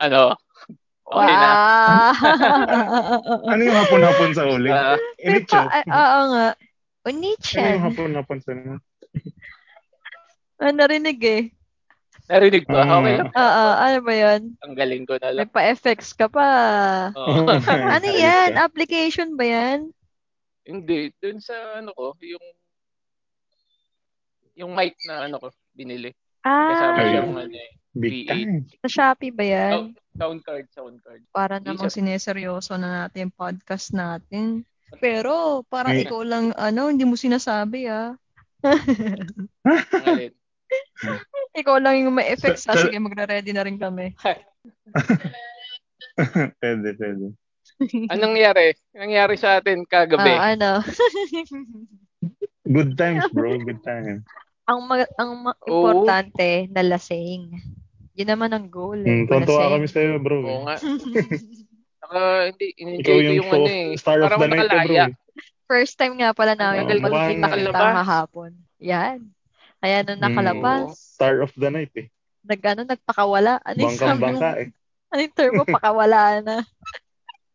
Ano? Okay na. Wow. Ano yung hapon-hapon sa huli? Ah, Inicho. Pipa- ah, Oo nga. Ano yung Unichan. hapon-hapon sa huli? Ah, narinig eh. narinig ba? Mm. Okay. Oo, ano ba yun? Ang galing ko na May lang. pa-effects ka pa. Oo. Ano yan? Application ba yan? Hindi. Dun sa ano ko, yung yung mic na ano ko, binili. Ah, Kasama Ayun. siyang ano eh. Big time. sa Shopee ba yan? Sound, sound card, sound card. para Hindi namang sineseryoso na natin yung podcast natin. Pero parang Hmm. ikaw lang ano, hindi mo sinasabi ah. Ang galit. Ikaw lang yung may effects ah. Sa- sa- Sige, magre-ready na rin kami. pwede, pwede. Anong nangyari? Anong nangyari sa atin kagabi? Ah, ano. Good times, bro. Good times. ang ma- ang ma- Oo. importante na lasing. Yun naman ang goal. Eh, Mm, Tontuwa malasing. kami sa'yo, ah. bro. Oo nga. Saka hindi, Ikaw in-enjoy ko yung, yung show, ano eh. star of Parang the night, eh, bro. nakalaya. First time nga pala namin Tagal oh, din magkita nakalabas. kahapon. Yan. Kaya Hmm. nung nakalabas, Star of the night, eh. nag, ano, nagpakawala. Ano yung sabi mo? Bangkang-bangka, eh. Ano yung term mo? Pakawala na.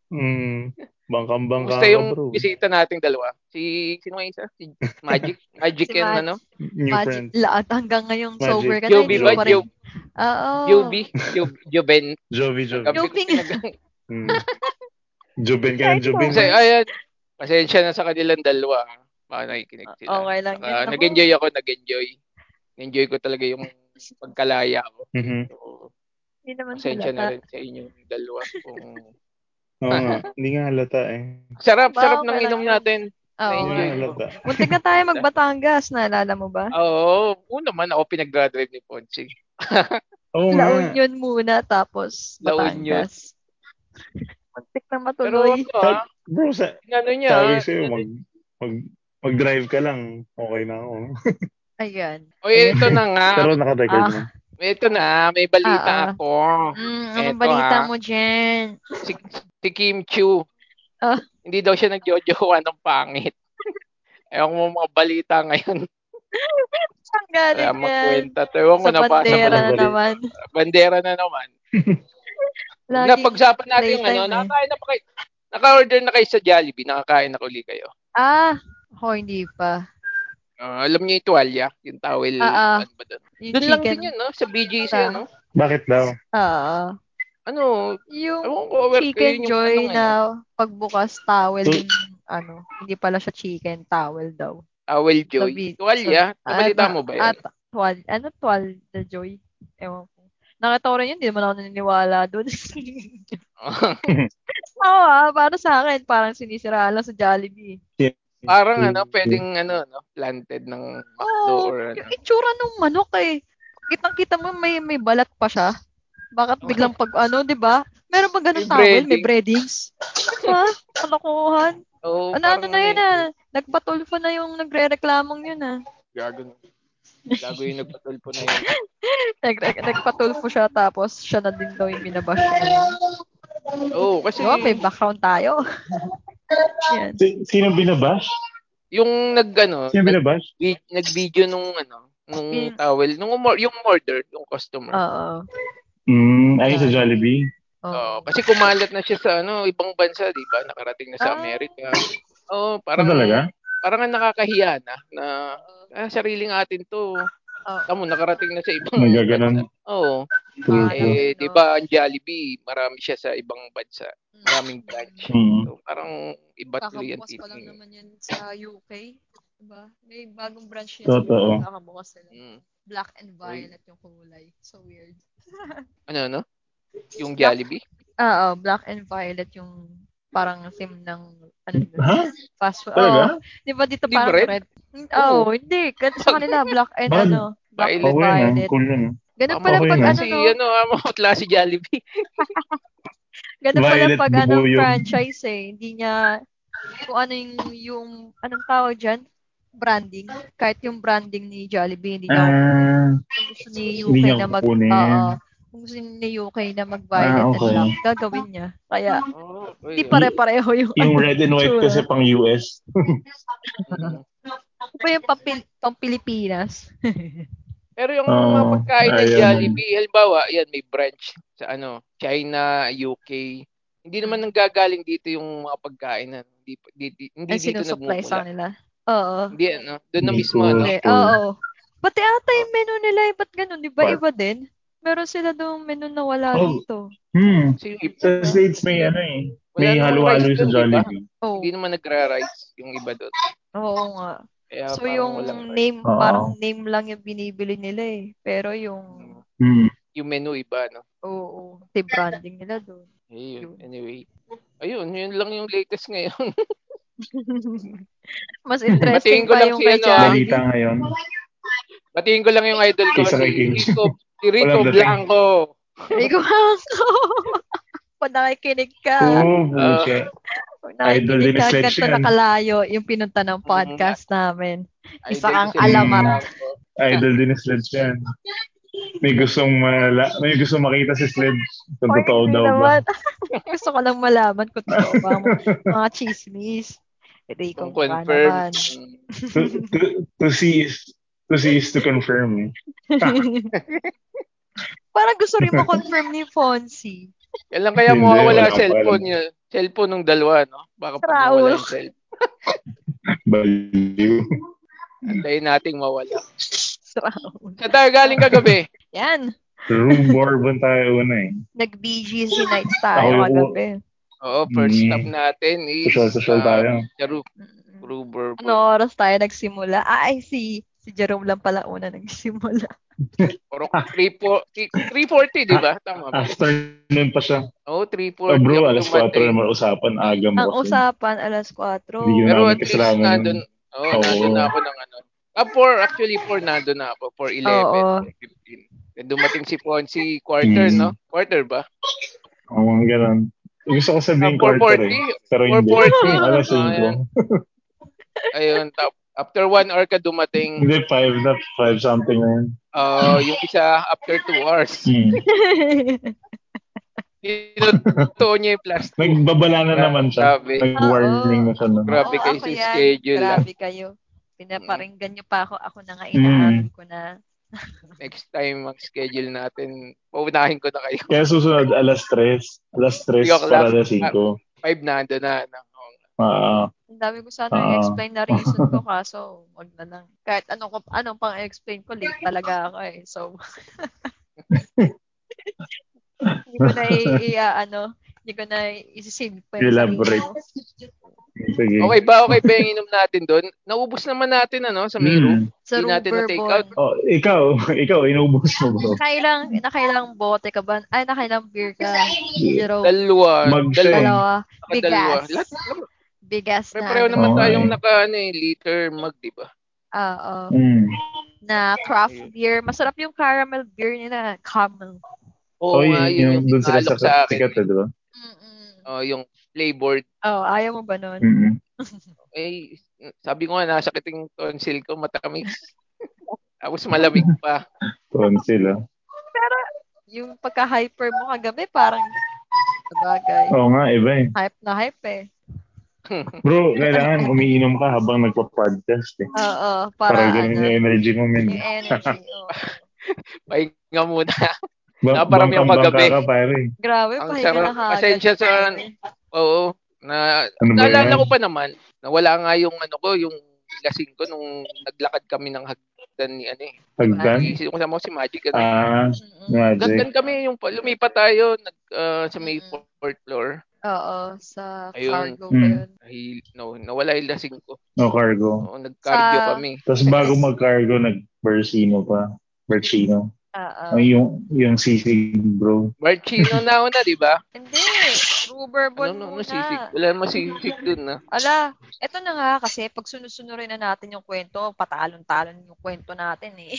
Mm, bangkang-bangka Gusto ka, yung bro. bisita nating dalawa. Si, sino nga isa? Si Magic. Magic Si and Mag- ano? New Magic friends. lahat hanggang ngayon Magic. sober ka na. Joby hindi ba? mo pa rin- Job- Oo. Joby? Oh. Job- Joben? Jovi, Jovi. Gabi ko Joby nga. pinag- Mm. Jubin Ay, ka ng Jubin. Kasi, ayan. Pasensya na sa kanilang dalawa. ah. Baka nakikinig sila. Okay lang. Ah, Yan, nag-enjoy ako, nag-enjoy. Enjoy ko talaga yung pagkalaya ko. Mhm. Oo. Ako, Hindi naman Pasensya halata. na rin sa inyong dalawa. Kung... Oo nga. Hindi nga halata eh. Sarap, Wow, sarap ng kailangan. inom natin. Oo. Hindi Enjoy. nga nga. halata. Muntik na tayo magbatangas. Naalala mo ba? Oo, oh, una man ako pinag-graduate ni Ponce. Oo La nga. Union muna tapos La Union. Batangas. Muntik na Pero matuloy. ako, ah, Bro, sa, ano niya, sabi sa'yo, ano- mag, mag, mag-drive ka lang. Okay na ako. Ayan. O, ito na nga. Pero naka-record Ah. na. Ito na, may balita Ah, ah. ako. Mm, Eto, anong balita ah. mo dyan? Si, si Kim Chu. Ah. Hindi daw siya nagjojowa ng pangit. Ewan ko mo mga balita ngayon. Saan Kaya galing Ano yan? magkwenta. to. Ewan ko Sa nabasa ko bandera ng na balita. naman. Bandera na naman. Lagi- Napagsapan natin yung ano. playtime eh. Nakakain na pa kayo. Naka-order na kayo sa Jollibee. Nakakain na uli kayo. Ah, ako hindi pa. Ah, alam niyo yung tuwalya? Yung towel. Ah, ah. ano ba doon? Yung Doon lang chicken. din yun, no? Sa BGC, Ah. ano? Bakit daw? Oo. Ano? Yung Ewan ko. aware ko chicken yun yung joy ano, Hmm. na eh. pagbukas towel So- yung ano, hindi pala siya chicken, towel daw. Towel Ah, joy. Sabi- Tuwalya. Ah, Nabalita na- mo ba yan? Ah, ta- twal, ano twal the joy? Ewan ko. Nakita ko rin yun, hindi naman ako naniniwala doon. Oo, ah, para sa akin, parang sinisira lang sa Jollibee. Parang Mm. ano, pwedeng ano, no? planted ng McDo Oo, or ano. Oh, yung itsura ng manok eh. Kitang-kita mo may may balat pa siya. Bakit biglang pag ano, 'di ba? Meron ba ganung May towel, may breadings? ha? Kalokohan. Oo, Ano parang ano na yun eh. ah? Nagpatulfo na yung nagrereklamong yun ah. Gago na. Gago yung nagpatulpo na yun. Nag, nag, nagpatulfo siya tapos siya na din daw yung binabash niya. Oo, kasi So, may background tayo. Yan. Si, sino binabash? yung nag ano, Sino binabash? nag- nag-video nung ano, nung Mm. Ah. towel, nung umor- yung order, yung customer. Oo. Mm, ayun sa Jollibee. Oo, kasi kumalat na siya sa ano, ibang bansa, 'di ba? Nakarating na sa Ah. Amerika. Oo, Ano parang talaga? parang ang nakakahiya na na ah, sariling atin 'to. Oo. Tamo nakarating na sa ibang Nagaganon. bansa. Oo. True, Ah, true. Eh, Ayun, 'di no? ba ang Jollibee, marami siya sa ibang bansa, maraming branch. Mm. So, parang iba tuloy ang Kakabukas pa lang titingin. naman yan sa UK. Diba? May bagong branch niya. Totoo. Kakabukas sila. Mm. Black and violet yung kulay. So weird. Ano no? Yung Jollibee? Oo, black and violet yung parang theme ng ano Ha? fast food. Talaga? Oo. Di ba dito Di parang bread? red? Oo, oh, hindi. Kasi sa kanila, black and Bakit? ano, black and Violet. Okay na. violet. Cool yun. ah. Ganun Tama pala ko pag yun, ano, si, no? ano, ah, mautla si Jollibee. Ganun pala Violet pag ano, Bubuyog. franchise eh. Hindi niya, kung ano yung, yung anong tawag dyan? Branding. Kahit yung branding ni Jollibee, hindi niya Ah, kung gusto ni Hindi UK niya na mag, kukunin. oo, kung gusto ni UK na mag-violet Ah, okay. and black, gagawin niya. Kaya, Oh, hindi pare-pareho yung, ano. yung red and white True. kasi pang US. ano ba yung pampil, pang Pilipinas? Pero yung Oo, mga pagkain ng ayaw Jollibee, halimbawa, yan, may branch sa ano, China, UK. Hindi naman nanggagaling dito yung mga pagkain na hindi, hindi, hindi Ay, dito sinusupply sa nagmumula. kanila. Oo. Hindi, ano, doon na Hindi mismo, ko- ano, Okay, Cool. oo. Pati ata yung menu nila, eh, ba't ganun? Di ba But- iba din? Meron sila doon menu na wala Oh. dito. Hmm. Sino- Sa States may ano eh. Wala May namang halo-halo rice sa doon, di ba? Jollibee. Oh, Hindi naman nagra-rice yung iba doon. oo nga. Kaya So parang yung walang rice. name, Oo. parang name lang yung binibili nila eh. Pero yung, Hmm. Yung menu iba, ano. no? oo, oh, branding nila doon. Ayun, Yun. anyway. Ayun, yun lang yung latest ngayon. Mas interesting Batiin ko pa lang yung si kay ano, ah. Jollibee. Balita ngayon. Batiin ko lang yung idol ko, Isa kay si King. Rico, si Rico Walang dating. Blanco. Rico Blanco. Pag nakikinig Ah. ka, Oo, buche. pag idol nakikinig din ni ka, Sledge ganito yan. nakalayo yung pinunta ng Mm. podcast namin. Isa Idol kang ah. ko si Rico alamat. Blanco. Idol din ni Sledge yan. May gustong mala, may gustong makita si Sledge. Kung Oy, totoo hindi daw naman. ba? Gusto ko lang malaman kung totoo ba ang mga chismis. Hindi ko Kung mukha confirm. naman. Mm. To, to, to see is to see is to confirm. eh. Parang gusto rin ma-confirm ni Fonzie. Yan lang kaya Hindi, mo wala wala pa cellphone alam. yun. Cellphone ng dalawa, no? Baka Sa pag mawala ulo. yung cellphone. Baliw. Antayin nating mawala. Surround. Sa tayo galing kagabi? Yan. Room bourbon tayo una eh. Nag-BGC night tayo Ako- kagabi. Oo, first Mm. stop natin is Social social ah, tayo. sa roof. Roof or- Ano oras tayo nagsimula? Ah, ay, si, si Jerome lang pala una nagsimula. Or 3 3.40, di ba? Tama ba? Afternoon pa siya. Oo, 3.40. Oh, bro, ako Ah. alas 4 dumating. naman usapan. Aga Ang mo kasi. usapan, alas 4. Hindi ko Pero Grabe, at least kasalanan nun. nandun, oh, Oo. nandun na ako ng ano. Ah, 4, actually 4 nandun na ako. 4.11, Oo. 4.15. Then dumating si Ponzi quarter, Mm. no? Quarter ba? Oo, ang ganun. Gusto ko sabihin Ah, quarter 4:40? eh. Pero hindi. 4:40? Alas Ah, yan. 5. Ayun, tap, after 1 hour ka dumating, Hindi, 5 na. 5 something na yun. uh, yung isa after 2 hours. Hmm. Tinutuon niya yung plus 2. Nagbabala na Gra- naman siya. grabe. Nag-warning Oo. na siya nun. Grabe kayo ako si yan. schedule, ah. Grabe kayo. Pinaparinggan niyo pa ako. Ako na Mm. nga inaamin ko na. Next time mag-schedule natin, paunahin ko na kayo. Kaya susunod, alas 3. Alas 3 Three o'clock. para alas 5. Oo. 5 nandun na. na. Oo. Ah, Ang dami ko sana Oo. i-explain na reason ko kaso wag na lang. Kahit ano ko anong pang explain ko late talaga ako eh. So hindi ko na i, i- ah, ano, hindi ko na isi-save pa yung sarili Elaborate. ko. sige. Okay ba? Okay ba yung inom natin doon? Naubos naman natin ano sa may room. Hmm. Sa Hindi natin na-take Ruberbon. out. Oh, ikaw, ikaw, inubos mo bro. Nakailang, nakailang bote ka ba? Ay, nakailang beer ka. Zero. Dalawa. Mag siya eh. Dalawa. Saka dalawa. Bigas. Lahat, lahat- Bigas na. Pare-pareho naman Okay. tayong naka ano, eh, liter mag, di ba? Oo. Hmm. na craft beer. Masarap yung caramel beer nila. Camel. Oo Oy, nga, yun yung doon Hmm. sila inaalok sa sa akin. sikat, eh, di ba? Mm-mm. Oh, yung flavored. Oh, ayaw mo ba nun? Mm-mm. Eh, sabi ko nga, nasakit yung tonsil ko, matamis. Tapos malamig pa. Tonsil, ah. Yung pagka-hyper mo kagabi, parang sabagay. Oo nga, iba eh. Hype na hype eh. Bro, kailangan umiinom ka habang nagpa-podcast eh. Oo, Ah, para, Para ganun ano, yung energy mo, yung men. energy. oo. Pahinga muna. Ba- Naparami ako bangkang-bangka kagabi. ka, pare. Grabe, Ang pahinga sarap. na kagad. Pasensya sa- Oo. Na, Ano ba naalala yan? ko pa naman, nawala nga yung ano ko, yung lasing ko nung naglakad kami ng hagdan ni ano eh. Hagdan? Kasi ko sama ko si Magic. Ano. Ah, Mm-mm. magic. Hagdan kami, yung pa- lumipat tayo nag, ah, sa may Mm. fourth floor. Oo, sa Ayun. cargo Mm. ba yun? Ay, no, nawala yung lasing ko. No cargo. Oo, nag-cardio Sa- kami. Tapos bago mag-cargo, nag-Bersino pa. Berchino. Ah. Oo. Ay, yung, yung sisig, bro. Marchino na una, di ba? Hindi, Ruberbon Ano, no, no, muna. sisig. Wala naman sisig dun na. Ala, eto na nga kasi pag sunusunurin na natin yung kwento, patalon-talon yung kwento natin eh.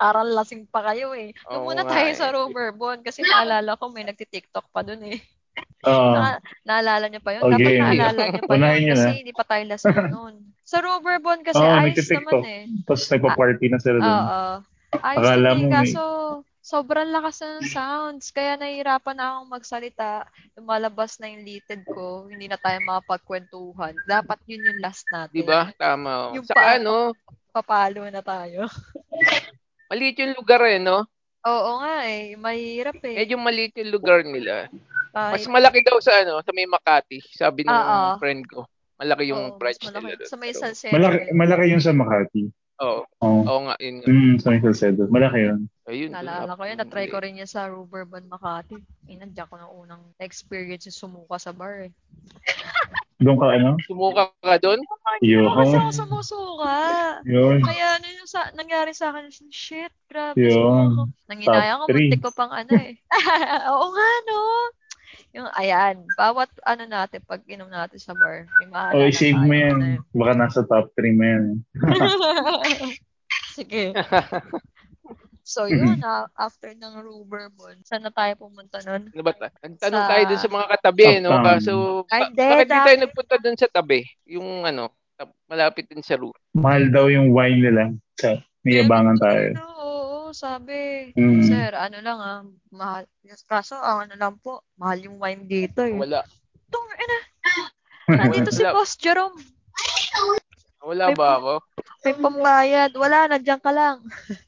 Parang lasing pa kayo eh. Doon Oo muna nga tayo eh. sa Roverbon kasi naalala ko may nagti-TikTok pa doon eh. Ah, Na, naalala niyo pa yun? Okay. Dapat naalala niyo pa Oh, Unahin yun niyo kasi na. hindi pa tayo lasing noon. Sa Roverbon kasi Oo, ayos nagti-TikTok. naman eh. tapos nagpa-party na sila Ah, doon. Oo. Ayos Akala naman mo eh. may- Kaso, sobrang lakas na ng sounds. Kaya nahihirapan na akong magsalita. Lumalabas na yung litid ko. Hindi na tayo makapagkwentuhan. Dapat yun Diba? yung last oh. natin. Di ba? Tama. Yung Sa pa- ano, Papalo na tayo. Maliit yung lugar eh, no? Oo nga eh. Mahirap eh. Medyo maliit yung lugar nila. Kahit- Mas malaki daw sa ano, sa may Makati, sabi ng Ah, ah. friend ko. Malaki yung oo, mas branch malaki. nila doon. Sa may Pero- San eh. Center. Malaki, malaki yun sa Makati. Oo, Oo. oo nga, yun. nga. Mm, sa Michael Cedo. Malaki yun. Ayun. dun ako Naalala ko yun. nung Natry ko maliit. rin yun sa Ruberban Makati. Eh, nandiyan ko na unang experience yung sumuka sa bar eh. Doon ka ano? Sumuka ka doon? Yo. Kasi ako sumusuka. Yun. Kaya ano yung sa, nangyari sa akin, shit, grabe, Yun. sumuka ko. Nanginayang Top ko, three. muntik ko pang ano eh. Oo nga, no? Yung, ayan, bawat ano natin, pag inom natin sa bar, may maalala Oh, i-save mo tayo na yan. Baka nasa top 3 mo yan. Sige. So yun, Mm-hmm. ah, after ng Ruberbon, saan na tayo pumunta nun? Ano ba? ta- Nagtanong Sa- tayo dun sa mga katabi, eh, no? Uptown. Kaso, Ay, ba- hindi, bakit di tayo dati- nagpunta dun sa tabi? Yung ano, tap- malapit din sa route. Mahal daw yung wine nila. Sa, niyabangan tayo. Ano, oo, sabi. Mm. Sir, ano lang ah, mahal. Kaso, ang ano lang po, mahal yung wine dito eh. Wala. Tong, ina, nandito si Wala. Boss Jerome. Wala May ba pa- ako? May pambayad. Wala, nandiyan ka lang.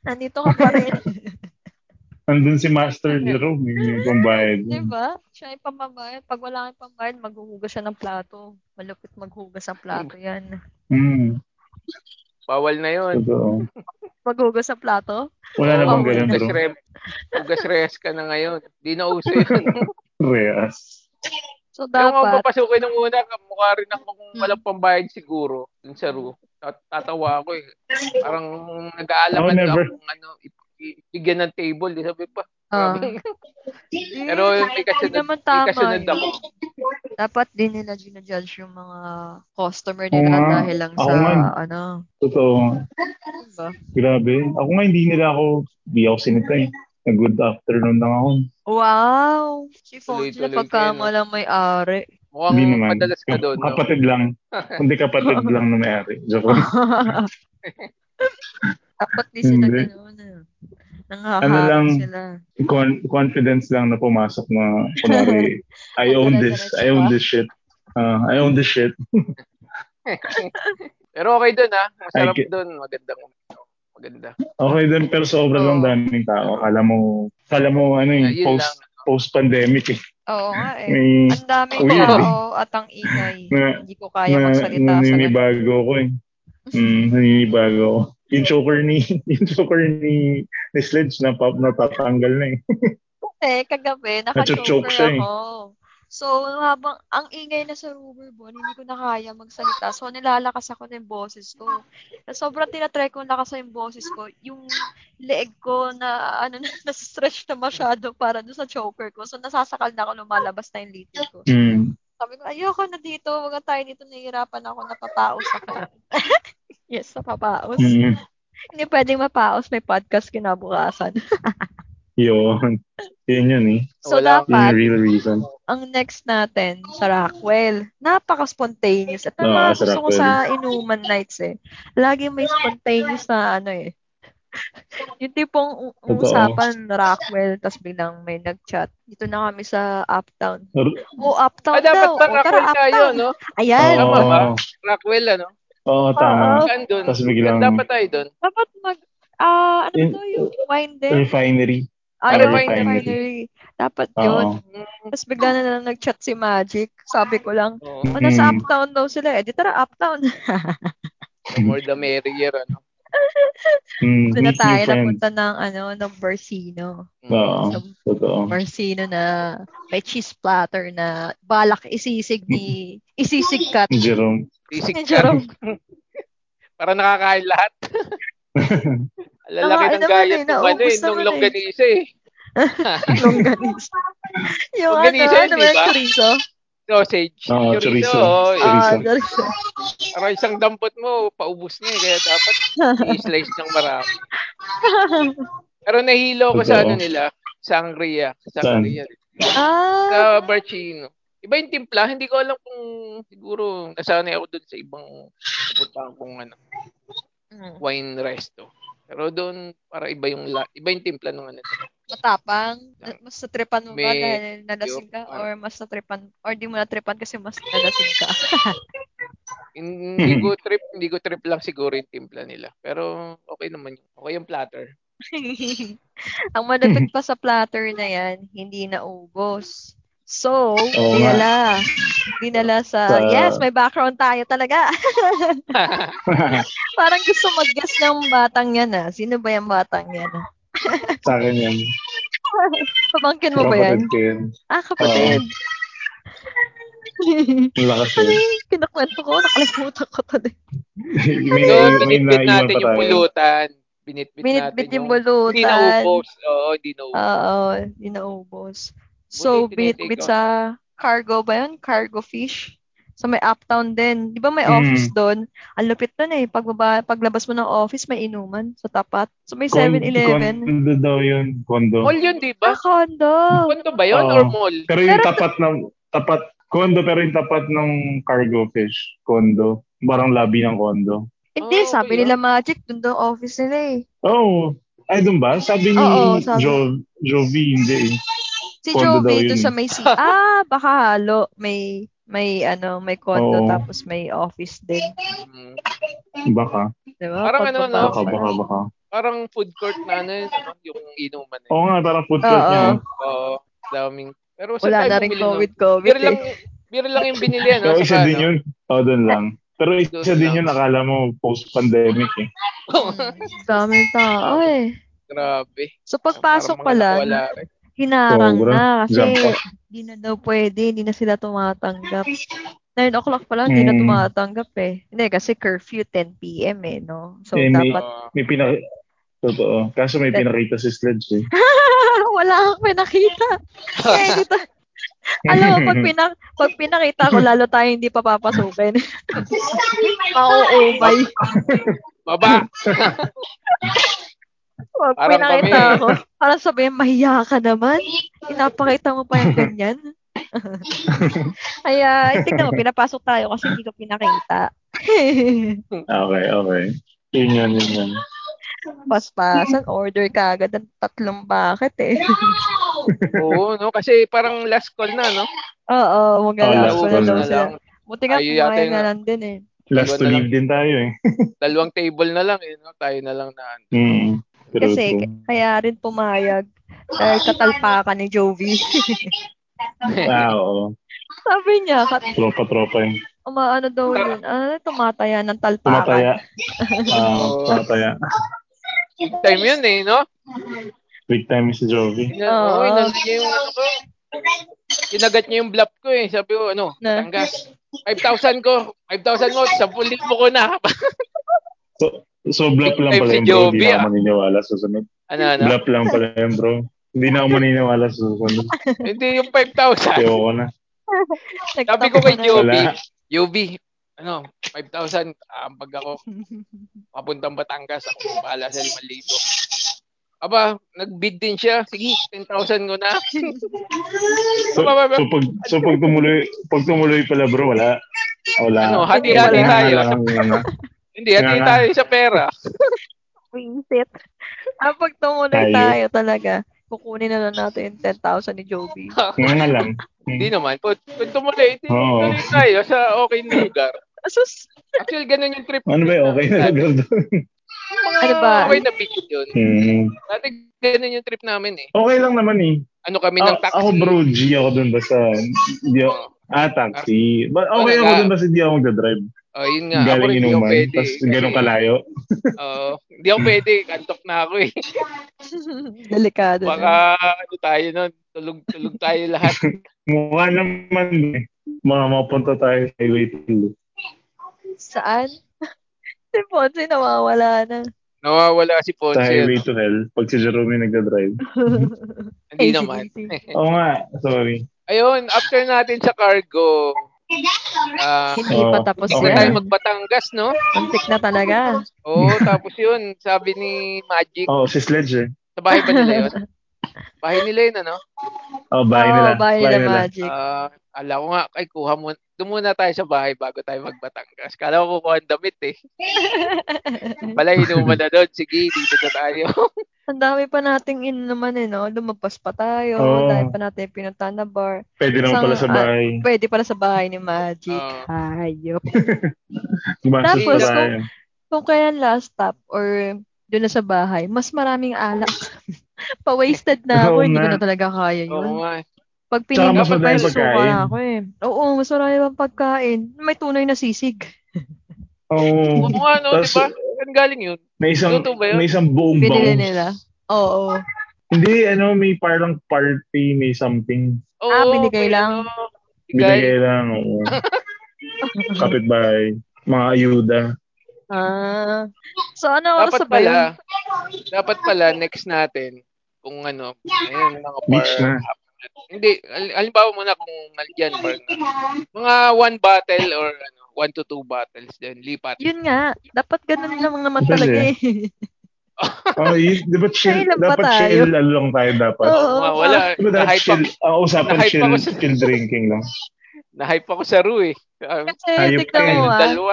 Nandito ka pa rin. Andun si Master Jerome. Yung pambayad. Di ba? Siya yung pambayad. Pag wala kang pambayad, maghuhugas siya ng plato. Malupit maghugas ang plato yan. Mm, Bawal na yun. totoo. Maghugas ang plato? Wala na bang Bawal ganun, Ugas bro? rem. Ugas res ka na ngayon. Di na uso yun. Reas. So, Kaya kung dapat. papasukin ng una, mukha rin ako kung Hmm. walang pambayad siguro dun sa route. Tat- Tatawa ako eh. Parang nag-aalaman Ako lang never. kung ano, ip- i- bigyan ng table. Di sabi pa. Ah. Grabe. Hindi, Pero may hindi kasunod, naman may tama. kasunod yun. ako. Dapat din nila ginajudge yung mga customer Oo nila nga. dahil lang Ako sa, nga. eh. ano, Totoo. diba? Grabe. Ako nga, hindi nila ako, hindi ako sinitay. Good afternoon lang ako. Wow! Si Fonzie na Tuloy-tuloy din, pagka no? walang may-ari. Mukhang Hindi naman. madalas ka Kap- doon. No? Kapatid lang. Hindi kapatid lang na may-ari. Joke lang. Dapat di sila Hindi. ganun. ah. Nanghahari Ano lang, sila. Con- confidence lang na pumasok na, kunwari, I own this. I own this shit. Ah, I own this shit. Pero okay doon ha. Masarap Ay, ki- doon. Magandang maganda. Okay din, pero sobrang lang Oo. daming tao. Kala mo, kala mo, ano Yeah, yung yun post, lang. post-pandemic eh. Oo nga eh. May, Ang daming Weird, eh. tao at ang ingay. Na- Hindi ko kaya na, magsalita sa ganun. naninibago ko eh. Mm, naninibago ko. Yung choker ni, yung choker ni, ni Sledge na pop, natatanggal na eh. Kasi kagabi, Nacho-choke naka-choker siya eh. ako. So, habang ang ingay na sa Ruberbon, hindi ko na kaya magsalita. So, nilalakas ako ng boses ko. Sa sobrang tinatry ko lakas yung boses ko, yung leeg ko na, ano, na, stretch na masyado para doon sa choker ko. So, nasasakal na ako, lumalabas na yung litid ko. Mm. Sabi ko, ayoko na dito, wag na tayo dito, nahihirapan ako, napapaos ako. yes, napapaos. Mm. Hindi pwedeng mapaos, may podcast kinabukasan. Yun. Yun yun eh. So, Wala Yun yung dapat, real reason. ang next natin sa Rockwell, napaka-spontaneous. At ang Oo, mga Ah, sa gusto ko Rockwell. sa inuman nights eh. Lagi may spontaneous na ano eh. Yung tipong u- Totoo. usapan Rockwell, tapos biglang may nag-chat. Dito na kami sa Uptown. Or- O, Uptown Ah, dapat daw. pa O, Rockwell Oh, tara, tayo, Uptown. no? Ayan. tama ba? Oo. Rockwell, ano? Oo, Oo. tama. Saan doon? Tapos biglang- Dapat tayo doon. Dapat mag, ah, ano Yun- ba to? Yung wine din? Refinery. Ah, Ay, yung refinery. refinery. Dapat yun. Oo. Tapos bigla na lang nag-chat si Magic. Sabi ko lang, Oo. o, nasa Mm. Uptown daw sila eh. Di tara, Uptown. The more the merrier, ano? Mm, Doon na meet new tayo friends. napunta ng ano, ng Barsino. Hmm. Oo. Sa Totoo. Barsino na may cheese platter na balak isisig ni isisig kat Jerome. Basic ni ka. Jerome. Para nakakain lahat. Ang Lalaki Nakakain ng naman gayat eh, ng ano naubos eh, nung naman eh. longganisa eh. Longganisa. yung ano, Longganisa yun, ano ba di yung ba? chorizo? Sausage. Oo, chorizo. oo, eh. Ah, Chorizo. chorizo. Parang isang dampot mo, paubos na eh. Kaya dapat Ah, i-slice ng marami. Pero nahilo ko sa Totoo. ano nila. Sangria. Saan? Sangria. ah, Sa Barcino. Iba yung timpla. Hindi ko alam kung siguro nasanay ako dun sa ibang pupuntahan kong ano, mm, wine resto. Pero doon para iba yung la- iba yung timpla ng ano. matapang. Mas natripan mo ba May- dahil nalasing ka? Or mas natripan? Or di mo natripan kasi mas nalasing ka? Hindi ko trip, hindi ko trip lang siguro yung timpla nila. Pero okay naman yun. Okay yung platter. Ang malapit pa sa platter na yan, hindi naubos. So, Oo nga. dinala. Dinala sa, Sa- yes, may background tayo talaga. Parang gusto mag-guess ng batang yan ah. Sino ba yung batang yan ah? Sa akin yan. Pamangkin mo Ano ba yan? Kapatid ko yun. Ah, kapatid. Ang lakas Ano yun. yung kinakwento ko? Nakalimutan ko to. Ano may, so, may, binitbit natin may naiwan pa yung tayo. pulutan. Binitbit, Binitbit natin yung Hindi bulutan. naubos. Oo, hindi naubos. Oo, hindi naubos. So, Buti binitbit tinitake sa cargo ba yun? Cargo fish? Sa may uptown din. Di ba may Mm. office doon? Ang lupit nun eh. Pagbaba, paglabas mo ng office, may inuman sa tapat. So, may Kon- 7-Eleven. Kondo daw yun. Kondo. mall yun, di ba? Ah, condo. Kondo ba yun Oo. or mall? Pero yung Pero- tapat ng tapat kondo pero yung tapat ng cargo fish kondo. Parang lobby ng kondo. Hindi, Oh, sabi okay nila magic. Doon daw office nila eh. Oh, ay doon ba? Sabi ni Oo, sabi. Jo, Jovi hindi eh. Si Condo daw Jovi, yun doon eh. sa may si Ah, baka halo. May, may ano, may condo Oo. tapos may office din. Mm. Baka. Diba? Parang ano, no? Baka, baka, baka. Parang food court na ano yun, no? yung inuman. eh. Oo nga, parang food court Oo. niya. no? Oo, daming. Pero saan Wala tayo na rin bumili nun? COVID-COVID Beer lang, eh. beer lang yung binili, ano? Pero sa isa din ano? yun. Oo, doon lang. Pero isa Doon lang. din yun, nakala mo post-pandemic eh. Mm, Daming tao eh. Grabe. So pagpasok Ah, Parang mga pa lang, nakawala rin. hinarang Sobra. na kasi Jump off. hindi na daw pwede, hindi na sila tumatanggap. 9 o'clock pa lang, hindi na Mm. tumatanggap eh. Hindi, kasi curfew 10 p.m. eh, no? So, Eh, may- dapat, Oo. May pinakita. Totoo. Kaso may pinakita si Sledge eh. wala akong pinakita. Eh, dito, alam mo, pag, pinak pag pinakita ko, lalo tayo hindi pa papasukin. Mauumay. Baba! Pag Parang pinakita kami. ako, parang sabihin, mahiya ka naman. Pinapakita mo pa yung ganyan. Kaya, eh, tingnan mo, pinapasok tayo kasi hindi ko pinakita. Ah, Okay, okay. Yun yun, yun yun. Paspasan, order ka agad ng tatlong bucket eh. Oo, no? Kasi parang last call na, no? Oo, magalaw Oh, last ko Dalawa na call daw na sila. lang. Buti nga, Tayo yata kumain yung- na lang din eh. Iwan Last to na leave din tayo eh. Dalawang table na lang, eh, no? Tayo na lang na. Mm. True, Kasi, true. kaya rin pumayag dahil katalpakan ni Jovi. Ah, oo. Sabi niya, kat, Tropa-tropa yun. umaano daw yun, ano, tumataya ng talpakan. Tumataya. Ah, tumataya. Time yun, eh, no? Big time si Jovi. Ina- Oo, Oo. inano niya yung ano ko. Kinagat niya yung blap ko, eh. Sabi ko, ano, Na. tanggas. 5,000 ko. 5,000 mo. 10,000 ko na. So, so blap lang Big time pala si yun, bro. Hindi Jovi, na ako ah. maniniwala sa sunod. ano, ano? Blap lang pala yun, bro. Hindi na ako maniniwala sa sunod. Hindi yung 5,000. Ayoko na. Sabi ko kay Nagtaka Jovi, Wala. Jovi, ano, 5,000, aambag ako. papuntang Batangas ako bahala sa 5,000. Aba, nag-bid din siya. Sige, 10,000 ko na. So, so, pag, so pag tumuloy, pag tumuloy pala bro, wala. Wala. Ano, hati-hati Wala. tayo. Wala kang- wala. Hindi, hati Nga nga. tayo sa pera. na. Wingsit. Ah, pag tumuloy Tayo. tayo talaga, kukunin na lang natin yung 10,000 ni Jovi. Nga nga lang. Hmm. Hindi naman. Kung, kung tumuloy, hindi Oo. tuloy tayo sa okay na lugar. Asus, Actually, ganun yung trip. Ano ba yun? Okay na lugar doon. ano ba? Okay na beach yun. Hmm. Dati ganun yung trip namin eh. Okay lang naman eh. Ano kami ng A- taxi. Ako bro, G ako dun basta. Hindi ako, ah, taxi. But Wala okay ako ka. dun basta hindi ako magdadrive. Oh, yun nga. ako Galing rin hindi ako inuman. pwede. Tapos ganun kalayo. Oo. Hindi ako pwede. Kantok na ako eh. Delikado. na. Baka ano tayo nun. Tulog-tulog tayo lahat. Mukha naman eh. Mga mapunta tayo sa highway to. Saan? si Ponce nawawala na. Nawawala si Sa Ponce. highway ano? to hell. Pag si Jerome yung nagdadrive. Hindi Easy, naman. easy. Oo nga. Sorry. Ayun, after natin sa cargo, ah, Hindi Oo. pa tapos hindi Oh, Okay. pa tayo yan. magbatangas, no? Antik na talaga. Oo, tapos yun, sabi ni Magic, Oo, si Sledge eh. sa bahay ba nila yun? Bahay nila yun, ano? Oh, Oo, bahay nila. bahay nila nila. magic. Ah, ala ko nga, ay kuha mo. Doon muna tayo sa bahay bago tayo magbatangas. Kala ko kukuha ang damit eh. Pala inuman na doon. Sige, dito na tayo. Ang dami pa nating in naman eh, no? Lumabas pa tayo. Oo. Ang dami pa natin pinunta na bar. Pwede naman Isang, pala sa ah, bahay. Pwede pala sa bahay ni Magic. Oo. Hayop. Gumastos tapos sa bahay. Kung kaya last stop or doon na sa bahay, mas maraming alak. Pa-wasted na ako. Oo Hindi ko nga. na talaga kaya Oo yun. nga. eh. Pag Tsaka pinili mas ko pa madami yung suka pagkain. na ako eh. Oo, mas marami pang pagkain. May tunay na sisig. Oo. Oo nga, no, Tapos, diba? Saan galing yun? May isang, Luto ba yun? may isang buong Binili bangus. nila. Oo. Hindi, ano, may parang party, may something. Oo, Ah, binigay may lang. ano, Bigay. Binigay lang, oo. Kapitbahay. Mga ayuda. ah. So, ano oras Dapat na ba yun? pala, dapat pala next natin, kung ano, ayun, mga par, Beach na. hindi, al- alimbawa muna kung nandiyan bar na. Mga one bottle or ano, one to two bottles din, lipat. Yun nga. Dapat ganun lang naman Pwede. talaga eh. Oh, y- di ba chill? Kailan ba dapat tayo? chill ano lang tayo dapat. Oo. Oo, nga, wala. Di Ano ba dapat Na-hype chill? ako, Ang usapan na-hype chill, ako sa- chill drinking lang. na-hype ako sa Ru eh. Um, Kasi Hayop tignan ka mo eh. ah, dalawa.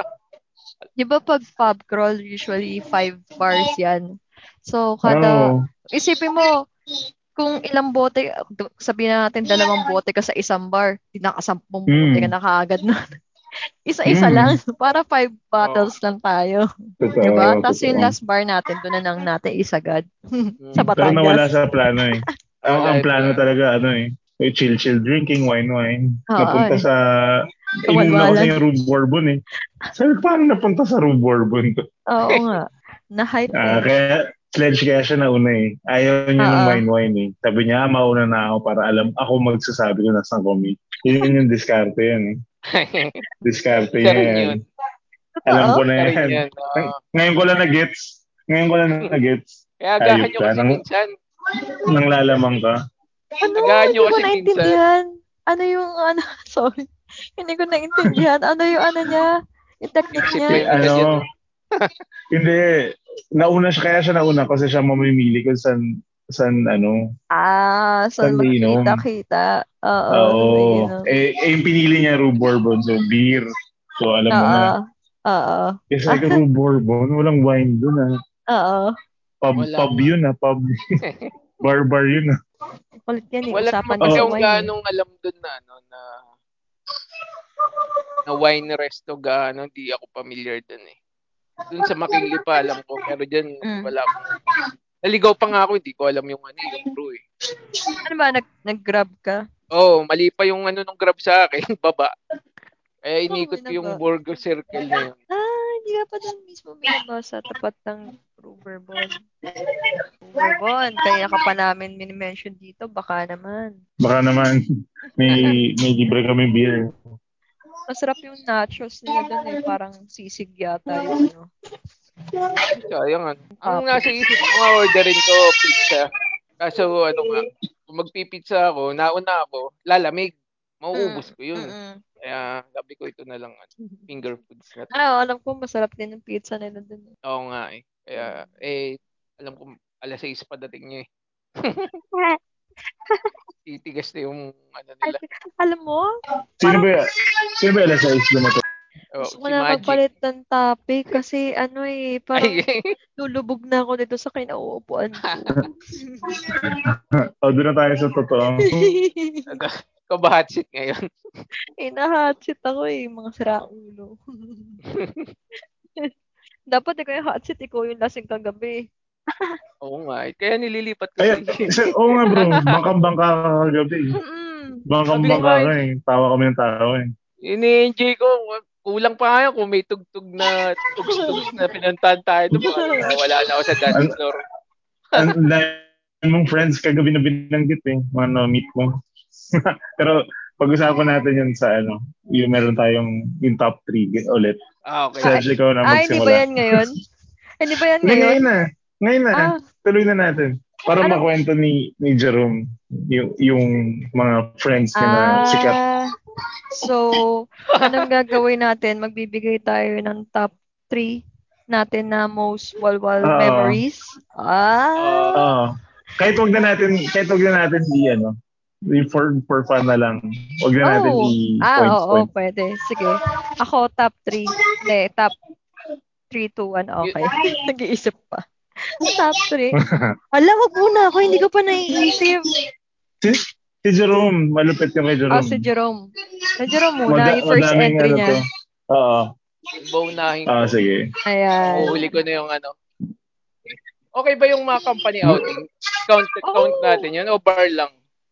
di ba pag pub crawl, usually five bars yan. So, kada, Oo. isipin mo, kung ilang bote, d- sabihin na natin dalawang bote ka sa isang bar, di nakasampung bote Mm. ka na kaagad na. Isa-isa Mm. lang, para five bottles lang tayo. Totoo. Di ba? Tapos totoo. yung last bar natin, doon na lang natin isagad. sa Mm. Pero nawala Batangas. sa plano eh. Ang, Wala ang eh, plano wala. talaga, ano eh. Yung chill, chill drinking, wine, wine. Oo, napunta eh. sa... Sa Inuna ko Walwalan. sa yung Rube Bourbon eh. Sabi, paano napunta sa Rube Bourbon to? Oo nga. Na-hype eh. Ah, kaya sledge kaya siya nauna eh. Ayaw niya ng Ah, Oo. wine-wine eh. Sabi niya, "Ah, mauna na ako para alam ako magsasabi kung nasan kami. Yun yung diskarte yan eh. Diskarte Isa niya rin yan. yun. Alam ko Totoo? na Isa rin yan. yan. oo. Ngayon ko lang na-gets. Ngayon ko lang Hmm. na-gets. Kaya agahan Hayop nyo ka, kasi nang- minsan. Nang lalamang ka. Ano? Tagaan Hindi nyo ko kasi naintindihan. Ano yung ano? Sorry. Hindi ko naintindihan. Ano yung ano niya? Yung technique niya? Discipline. Chemical yun ano? hindi. Nauna siya, kaya siya nauna kasi siya mamimili kung saan, saan ano. Ah, so Saan iinom? magkita-kita. Oh, Oo. Oo. Oo. Eh, eh, yung pinili niya, Rube Bourbon. So, beer. So, alam Ah, mo na. Oo. Oo. It's like a Rube Bourbon. Walang wine dun ah. Oo. Pub, Wala pub nga. yun ah. Pub. Barbar yun ah. Kulit yan eh. Wala Usapan naman ng kasi akong wine. eh. ganong alam dun na ano na na wine resto gaano di ako familiar dun eh. Dun sa Makili pa alam ko pero dyan Mm. wala ko. Naligaw pa nga ako hindi ko alam yung ano yung crew eh. Ano ba? Nag, nag-grab ka? Oh, mali pa yung ano nung grab sa akin baba. Eh inikot ko Oh, yung naba. burger circle na yun. Ah, hindi ka pa doon mismo binaba sa tapat ng Ruberbon. Ruberbon, kaya ka pa namin minimension dito, baka naman. Baka naman may may libre kami beer. Masarap yung nachos nila doon eh, parang sisig yata yun. Ano. Sayang ano. Ang Ah, nasa isip ko nga orderin ko pizza. Kaso ano nga kung magpipizza ako, nauna ako, lalamig. Mm, Mauubos ko yun. Mm-mm. Kaya sabi ko ito na lang ano, finger foods na to. Ah, alam ko, masarap din yung pizza nila doon. Oo nga eh. Kaya, eh, alam ko, alas 6 pa dating niya eh. Titigas na yung ano nila. Alam mo, Sino ba Sino ba alas 6 na to? Oh, gusto ko si na Magic. magpalit ng topic kasi ano eh, parang Ay, lulubog na ako dito sa kinauupuan ko. O, doon Oh, na tayo sa totoo. kabahatsit ngayon. Ina-hotseat ako eh, mga sira ulo. Dapat ikaw yung hotseat, ikaw yung lasing kagabi. Oo nga eh. Kaya nililipat ko eh. Ayan, sa sir, oo nga bro, bangkang-bangka ka kagabi. Mm-mm. Bangkang-bangka ka eh. Tawa kami ng tawa eh. Ini-enjoy ko. Kulang pa nga yun kung may tugtog na tugs-tugs na pinuntahan tayo. doon. Baka wala na ako sa dance Ano? floor. Ang dami mong friends kagabi na binanggit eh. Mga na-meet mo. Pero pag-usapan natin yun sa ano, yung meron tayong yung top 3 ulit. Ah, okay. Serge, ikaw na Ay, hindi ba magsimula. yan ngayon? Hindi ba yan Hindi, ngayon? ngayon na. Ngayon na. Ah, Tuloy na natin. Para Ano? makwento ni ni Jerome yung, yung mga friends niya na sikat. ah. So, anong gagawin natin? Magbibigay tayo ng top 3 natin na most walwal Oo. memories. Ah. Oo. kahit wag na natin, kahit wag na natin di ano, Yung For, for fun na lang. Huwag na natin Oh. i-points. Ah, oo, oo, points. pwede. Sige. Ako, top 3. Hindi, top 3, 2, 1. Okay. Nag-iisip pa. top 3. Alam, wag muna ako. Hindi ko pa naiisip. si Jerome, malupit yung kay Jerome. Oh, si Jerome. Si Jerome muna. yung first madaming entry ano niya. to. Oo. Baunahin ko. Ah, sige. Ah. Ayan. Uhuli ko na yung ano. Okay ba yung mga company outing? Count, count Oh. natin yun o bar lang?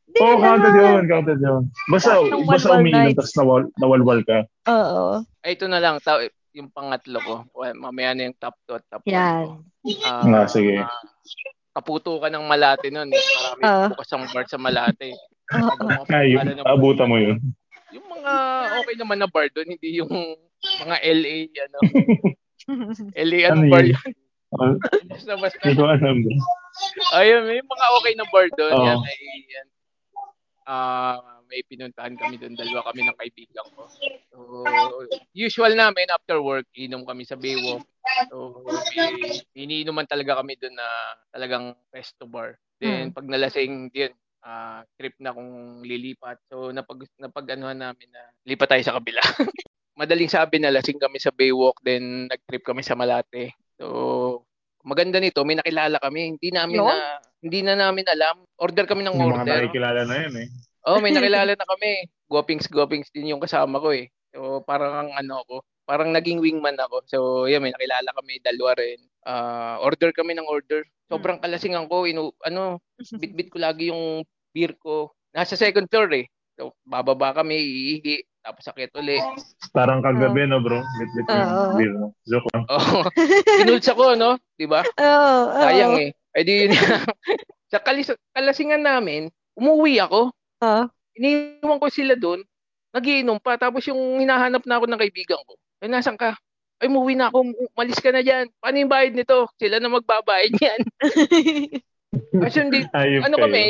Hindi Oo, oh, naman. counted yun, counted yun. Basta, Lahat ng basta walwal umiinom, nights. tapos nawal, nawalwal ka. Oo. Ay, Ah, ito na lang. Ta- yung pangatlo ko. Well, mamaya na yung top 2 at top 1 ko. Yan. Ah, Nga, sige. ah, kaputo ka ng Malate nun. Eh. Marami Ah. bukas ang bar sa Malate. Oo. Yung mga Ay, pangalan ng- abutan mo yun. Yung mga okay naman na bar doon, hindi yung mga LA, ano. LA ano, Ano bar yun? yun? Ah, Basta basta. Hindi ko alam. bro. Ayun, may mga okay na bar doon. Oo. Yan, ay, yan. Ah, may pinuntahan kami doon. Dalawa kami ng kaibigan ko. So, usual namin after work, inom kami sa Baywalk. So, may, iniinuman talaga kami doon na talagang resto bar. Then, pag nalasing, yun, ah, trip na kung lilipat. So, napag, napag-anuhan namin na lipat tayo sa kabila. Madaling sabi na lasing kami sa Baywalk, then nag-trip kami sa Malate. So, maganda nito, may nakilala kami. Hindi namin Yun? na, hindi na namin alam. Order kami ng Yung mga order. nakikilala na yun eh. Oh, may nakilala na kami. Gopings, gopings din yung kasama ko eh. So, parang ang ano ko, parang naging wingman ako. So, yun, may nakilala kami, dalawa rin. Ah, order kami ng order. Sobrang kalasingan ko, inu ano, bitbit ko lagi yung beer ko. Nasa second floor eh. So, bababa kami, iihi, tapos sakit uli. Parang kagabi, no bro? Bit-bit Oh. Oo. yung beer, no? Joke lang. Oh, pinulsa ko, no? Di ba? Oo. Sayang eh. Ay di yun. sa kalis- kalasingan namin, umuwi ako. Oo. Iniwan ko sila doon. Nagiinom pa. Tapos yung hinahanap na ako ng kaibigan ko. Ay, nasan ka? Ay, umuwi na ako. Malis ka na dyan. Paano yung bayad nito? Sila na magbabayad yan. Kasi hindi, Ayun ano kayo. kami,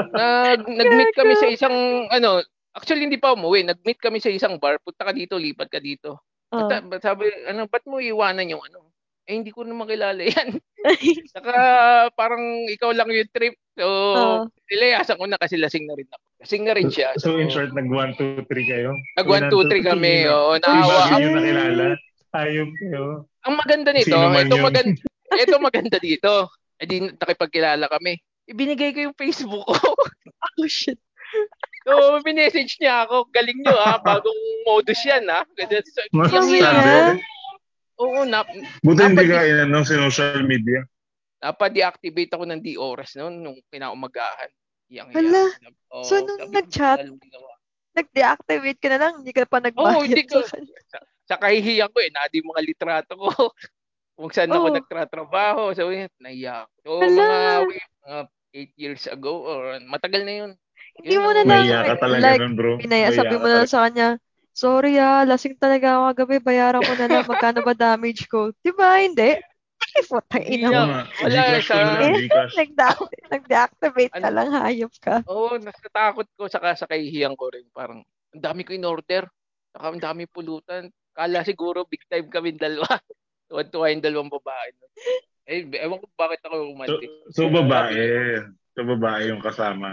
nag, nag-meet kami sa isang, ano, actually hindi pa umuwi. Nag-meet kami sa isang bar. Punta ka dito, lipat ka dito. Oo. Ba't- ba't sabi, ano, ba't mo iwanan yung ano? Eh, hindi ko naman kilala yan. Saka parang ikaw lang yung trip. So, Oo. nilayasan ko na kasi lasing na rin ako. Lasing na rin siya. So, in short, nag 1, 2, 3 kayo? nag 1, 2, 3 kami. oh. Oo, Iba naawa. din Ang, yung nakilala. Ayun kayo. ang maganda nito, Sino man ito yun? maganda, ito maganda dito. Eh di nakipagkilala kami. Ibinigay ko yung Facebook ko. Oh, shit. so, minessage niya ako. Galing nyo ha, bagong modus yan ha. Ganyan. So, Yung Sabi, niya? Oo, nap, Buti Dapat- hindi ka yan, no? Social media. napa-deactivate ako ng di oras noon nung kinaumagahan. Yang Hala. Oh, So, nung nag-chat? "Ano Nag-deactivate ka na lang. Hindi ka pa nagbayad. Oo, hindi ko- sa kanila. sa kahihiyan ko eh, nadi mga litrato ko. Kung saan ako Oo. nagtratrabaho. So, yun, naiyak. So, Oh. Hala. mga, way- mga eight years ago or matagal na yun. Hindi mo na Yun, lang. Maiya ka talaga like, nun, bro. Pinaya, ah, sabi mo Maiya ka na lang talaga. sa kanya, sorry ah, lasing talaga ako kagabi, bayaran ko na lang, magkano ba damage ko? Di ba? Hindi. Ay, putang ina Oo mo. nga. Wala, Gcash ko na lang, Eh, Gcash. nag-deactivate, nag-deactivate ka Ano? lang, hayop ka. Oo, natatakot ko saka sa kahihiyan ko rin. Parang, ang dami ko in order. Saka ang dami pulutan. Kala siguro big time kami dalawa. Tuwan-tuwa yung dalawang babae. Eh, ewan ko bakit ako So, romantic. so, babae. So, babae yung kasama.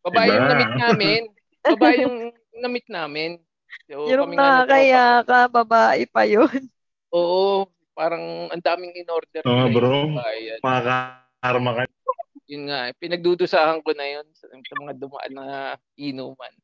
Babae yung Diba? na-meet namin. Babae yung na-meet namin. So, Yung kaming ano, tropa. nakakaya ka, babae pa yun. Oo, parang ang daming in order. Oo nga, bro. Ayan. Makakarma ka. Yun nga, eh, pinagdudusahan ko na yun sa, sa mga dumaan na inuman.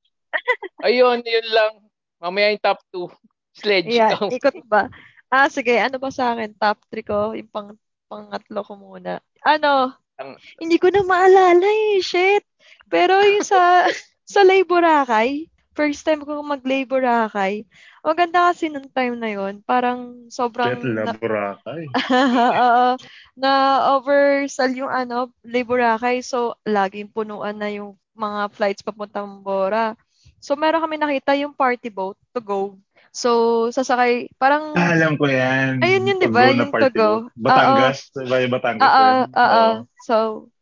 Ayun, yun lang. Mamaya yung top 2. Sledge Ayan, count. ikot ba? Ah, sige, ano ba sa akin? Top 3 ko, yung pang, pangatlo ko muna. Ano? Ang- Hindi ko na maalala eh, shit. Pero yung sa, sa Lay Boracay, first time ko mag-Lay Boracay, ang ganda kasi nung time na yon parang sobrang Jet la Boracay. Oo. na oversell yung ano, Lay Boracay. So, laging punuan na yung mga flights papuntang Bora. So, meron kami nakita yung party boat to go. So, sasakay, parang, Ah, alam ko yan. Mm. Ayun yun, di To ba? go na Yung party to go. mo. Batangas. Diba yung Batangas ah, yun? ah, ah, ah. Oo. so,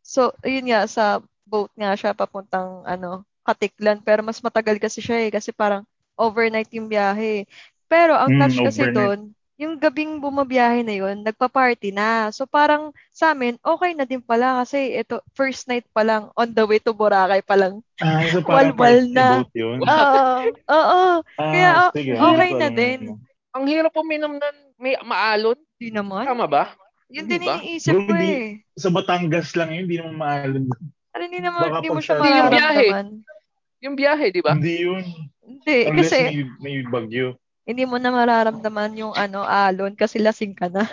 so, yun nga, sa boat nga siya papuntang, ano, Katiklan. Pero mas matagal kasi siya eh, kasi parang overnight yung biyahe. Pero ang Mm, catch kasi overnight. doon, yung gabing bumabiyahe na yun, nagpa-party na. So parang sa amin, okay na din pala kasi ito, first night pa lang, on the way to Boracay pa lang. Ah, so parang Walwal party na. boat yun. Oo, oo, Ah, kaya, oh, sige, okay hindi na ko alam din. yun. Ang hirap uminom ng may maalon. di naman. Tama ba? Yun Hindi din ba? iniisip ko Hindi. eh. Sa Batangas lang yun, hindi naman maalon. Parang hindi naman, Baka hindi mo pag siya sa- Hindi yung biyahe. mararamdaman. Yung biyahe, di ba? Hindi yun. Hindi, Eh, Unless kasi may, may bagyo. hindi mo na mararamdaman yung ano, alon kasi lasing ka na.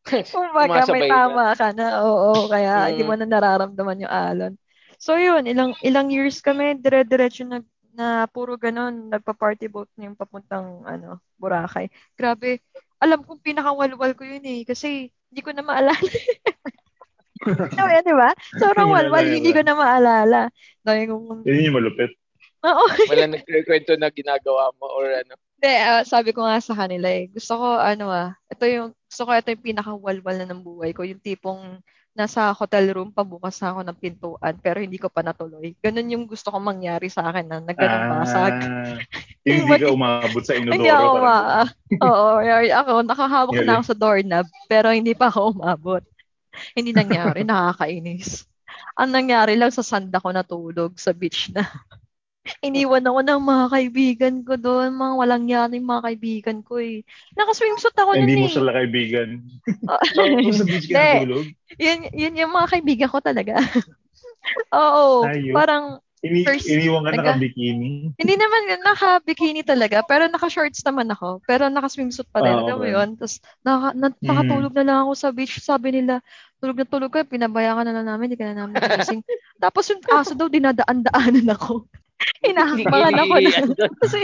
Kumbaga, may Sumasabay ka. tama ka na. Oo, kaya hindi Mm. mo na nararamdaman yung alon. So yun, ilang ilang years kami dire-diretso nag na puro ganun, nagpa-party boat na yung papuntang ano, Boracay. Grabe. Alam kong pinakawalwal ko yun eh kasi hindi ko na maalala. Ano yan, di ba? Sobrang Hindi mo Eh, walwal, naalala. hindi ko na maalala. Dahil kung, Yun yung malupit. oo, Wala nagkikwento na ginagawa mo or ano. Hindi, ah, sabi ko nga sa kanila eh, gusto ko ano ah, ito yung gusto ko ito yung pinakawalwal na ng buhay ko, yung tipong nasa hotel room pabukas na ako ng pintuan pero hindi ko pa natuloy. Ganun yung gusto kong mangyari sa akin na nagganong basag. Ah, yung hindi ka umabot sa inodoro. Hindi ako parang ma... Oo, or- ako, nakahawak Yun na eh. ako sa doorknob pero hindi pa ako umabot. Hindi nangyari, nakakainis. Ang nangyari lang sa sanda ko natulog sa beach na. Iniwan ako ng mga kaibigan ko doon, mga walang yan yung mga kaibigan ko eh. Naka-swimsuit ako Hindi nun mo eh. sila kaibigan. Oh, Bakit sa beach ka Hindi. natulog? yun, yun yung mga kaibigan ko talaga. Oo, Ayun. parang Ini, First, iniwan ka nagka- naka-bikini. hindi naman yun, naka-bikini talaga, pero naka-shorts naman ako. Pero naka-swimsuit pa rin, Ah, alam mo okay. Mm-hmm. yun. Tapos naka, na, nakatulog na lang ako sa beach. Sabi nila, tulog na tulog ka, pinabayaan ka na lang namin, hindi ka na namin nagising. Tapos yung aso daw, dinadaan-daanan ako. Hinahakbangan ako na. Ano? Kasi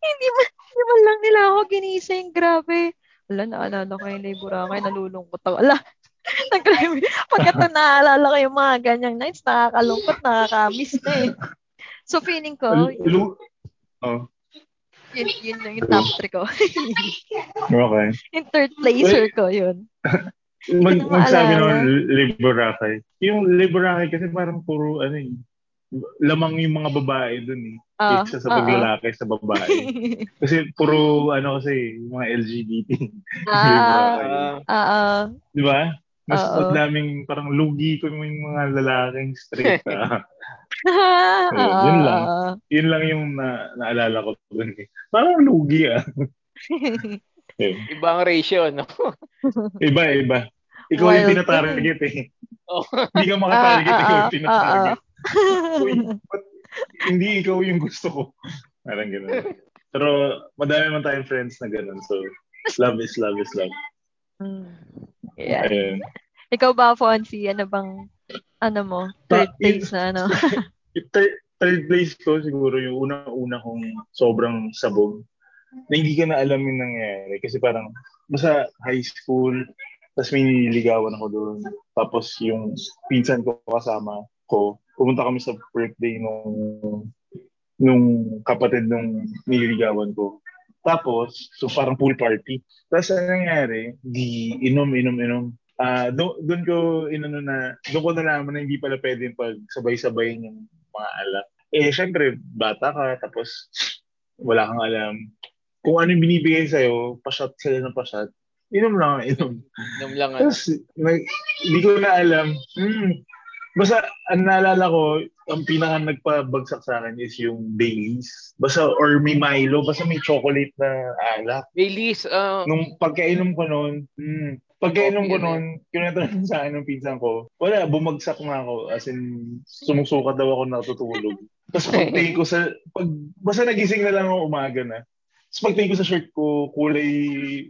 hindi man, hindi man lang nila ako ginising. Grabe. Wala, naalala ko yung libura ko. Nalulungkot ako. Ala, nag-grabe. Pagkat na naalala ko yung mga ganyang nights, nakakalungkot, nakakamiss na eh. So feeling ko, Lu- yun, lu- oh, yun, yun lang yung top 3 ko. okay. yung third placer ko, yun. Mag, Hindi ko na magsabi maalala. naman Liboracay. Yung Liboracay kasi parang puro ano eh, lamang yung mga babae dun eh. Ah, Kaysa sa ah, ah. paglalaki sa babae. Kasi puro ano kasi yung mga LGBT. Ah, Ah, ah, ah. Di ba? Mas Oo. mas daming parang lugi ko yung mga lalaking straight. ah. Ah, So, yun lang. ah. Yun lang yung na, naalala ko dun eh. Parang lugi ah. ibang ratio, no? Iba, iba. Ikaw Wild yung tinatarget eh. Oh. Hindi ka makatarget, Ah, ah, ikaw ah, yung tinatarget. ah, Uy, ba't hindi ikaw yung gusto ko. Parang gano'n. Pero madami man tayong friends na gano'n. So, love is love is love. Hmm. Yan. Ayun. Ikaw ba, Fonzie? Ano bang, ano mo, third Ba- place na ano? Yung third, third place ko siguro yung unang-una kong sobrang sabog na hindi ka na alam yung nangyayari. Kasi parang basta high school, tapos may nililigawan ako doon. Tapos yung pinsan ko kasama ko, pumunta kami sa birthday nung nung kapatid nung nililigawan ko. Tapos, so parang pool party. Tapos ang nangyari, di inom, inom, inom. Ah, do, doon ko inano na, doon ko nalaman na hindi pala pwedeng pag sabay-sabay yung mga alak. Eh syempre bata ka tapos wala kang alam. Kung ano yung binibigay sa'yo, pa-shot sila ng pa-shot. Inom lang, inom. Inom lang ano. Tapos, may, hindi ko na alam. Hmm. Basta, ang naalala ko, ang pinaka nagpabagsak sa akin is yung Baileys. Basta, or may Milo, basta may chocolate na alak. Release, ah, Nung pagkainom ko noon, hmm, pagkainom ko noon, kinatanan sa akin ng pinsan ko, wala, bumagsak na ako. As in, sumusukat daw ako natutulog. Tapos pagtingin ko sa, pag, basta nagising na lang ako umaga na. Tapos pagtingin ko sa shirt ko, kulay,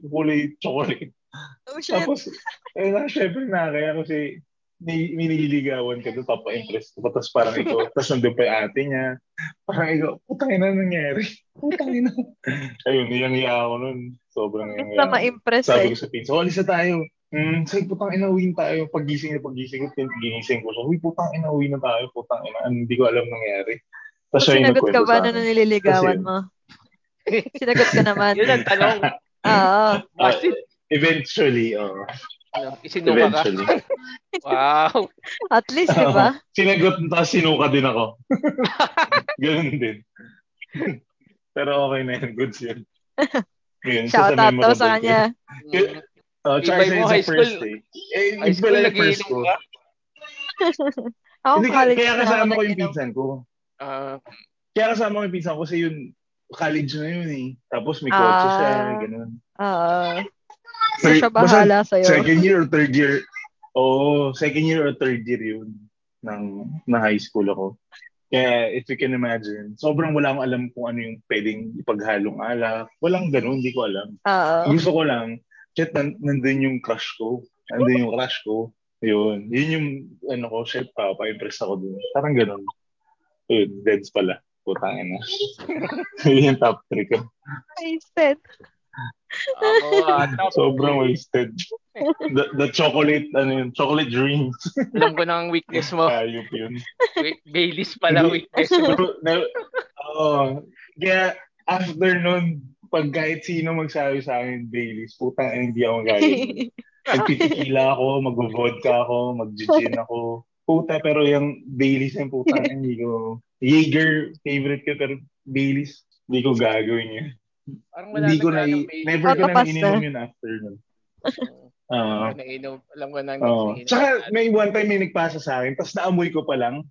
kulay chocolate. Oh, shit. Tapos, eh, na, syempre na, kaya kasi may, may nililigawan ka doon, papa-impress ko. Tapos parang ikaw, tapos nandun pa yung ate niya. Parang ikaw, putangin na nangyari. Putangin na. Ayun, niyang-iya ako nun. Sobrang Imbis na niyang ma-impress Sabi eh. ko sa pinsa, oh, alis na tayo. Hmm, sabi, putang ina, uwiin tayo. Pagising na pagising ko, tin- ginising ko siya. Uy, putang ina, uwi na tayo. Putang ina, ano, hindi ko alam nangyari. Tapos So, siya yung sinagot ka nagkwento ba ano sa na akin. nililigawan Kasi- mo? Sinagot ka naman. yun ang tanong. Oo. Ah, Was it? eventually, oh. Ano, isinuka ka. Eventually. Wow. At least, di Oo. ba? Sinagot, tapos sinuka din ako. Ganun din. Pero okay na yun. Goods yun. Yun, isa Shout out daw memorable sa kanya. Mm. Yun. ko. Oh, tsaka Tibay mo, isa yun sa high school- first eh. Eh, High yun school, pala yung first nagiinom ko. ka? Ako Hindi, Oh, college kaya na kasama ako ko yung nag-inom. pinsan ko. Ah, Kaya kasama ko yung pinsan ko kasi yun, college na yun eh. Tapos may Ah. kotse siya, may ganun. ano. Oo. Isa Third- siya basta bahala sa'yo. Second year or third year? Oo, second year or third year yun ng, ng high school ako. Kaya if you can imagine, sobrang wala akong alam kung ano yung pwedeng ipaghalong alak. Walang ganun, hindi ko alam. Oo. Gusto ko lang, shit, nan- nandun yung crush ko. Nandun yung crush ko. Yun. Yun yung, ano ko, shit, papa-impress ako dun. Parang ganun. Yun, deads pala. Putangin na. yun yung top 3 ko. Wasted. ako, ah, top Sobrang wasted. The, the chocolate, ano yun, chocolate dreams. Alam ko ng weakness mo. Ayop yun. Wait, Baileys pala Hindi. weakness mo. Pero, na- Oo. Kaya, after nun, pag kahit sino magsabi sa akin, Baileys, putang ina, hindi ako magaling. Magpitikila ako, mag-vodka ako, mag-gin ako. Puta, pero yung Baileys yung puta, hindi ko. Jaeger, favorite ko, pero Baileys, hindi ko gagawin yun. Parang wala Hindi ko na, nagkakang Baileys. never ko na Patapas ininom na. yun after nun. Oo. Oo. Never nainom. Alam ko na Oo. nainom. Oh. Tsaka may one time may nagpasa sa akin, tapos naamoy ko pa lang,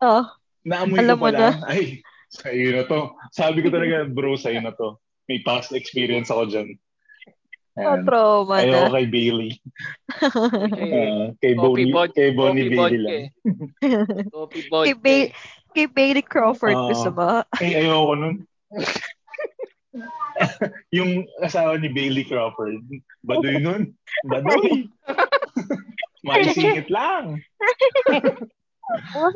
Oh, Naamoy Alam mo ko pala, ay, sa'yo na to. Sabi ko talaga, bro, sa'yo na to. May past experience ako dyan. oh Ayan. trauma Ayoko na. kay Bailey. Okay. Ah, kay Coffee Bonnie, bod- kay Bonnie coffee Bailey vodka. lang. Coffee Kay, vodka. ba- kay Bailey Crawford Oo. gusto mo. Ay, ayoko nun. yung asawa ni Bailey Crawford, baduy nun. Baduy! Maisingit lang. Kasi, Oh,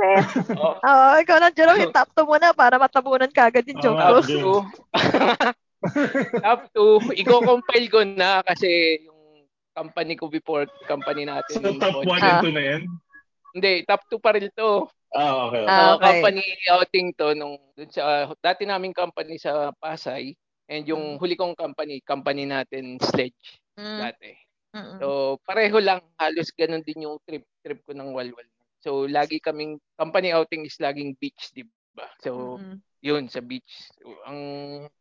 oo, ikaw na, Jerome, yung top 2 mo na para matabunan ka agad yung joke Oo. ko. Top 2. Top 2. Igo-compile ko na kasi yung company ko before, company natin. So, top 1 Ah. and 2 na yan? Hindi, top 2 pa rin to. Ah, okay. okay. Ah, Ah, okay. Company outing to nung dun sa dati naming company sa Pasay and yung huli kong company, company natin Sledge Mm, dati. mm, So, pareho lang halos ganun din yung trip trip ko ng Walwal. So, lagi kaming company outing is laging beach, 'di ba? So, mm. yun sa beach. So, ang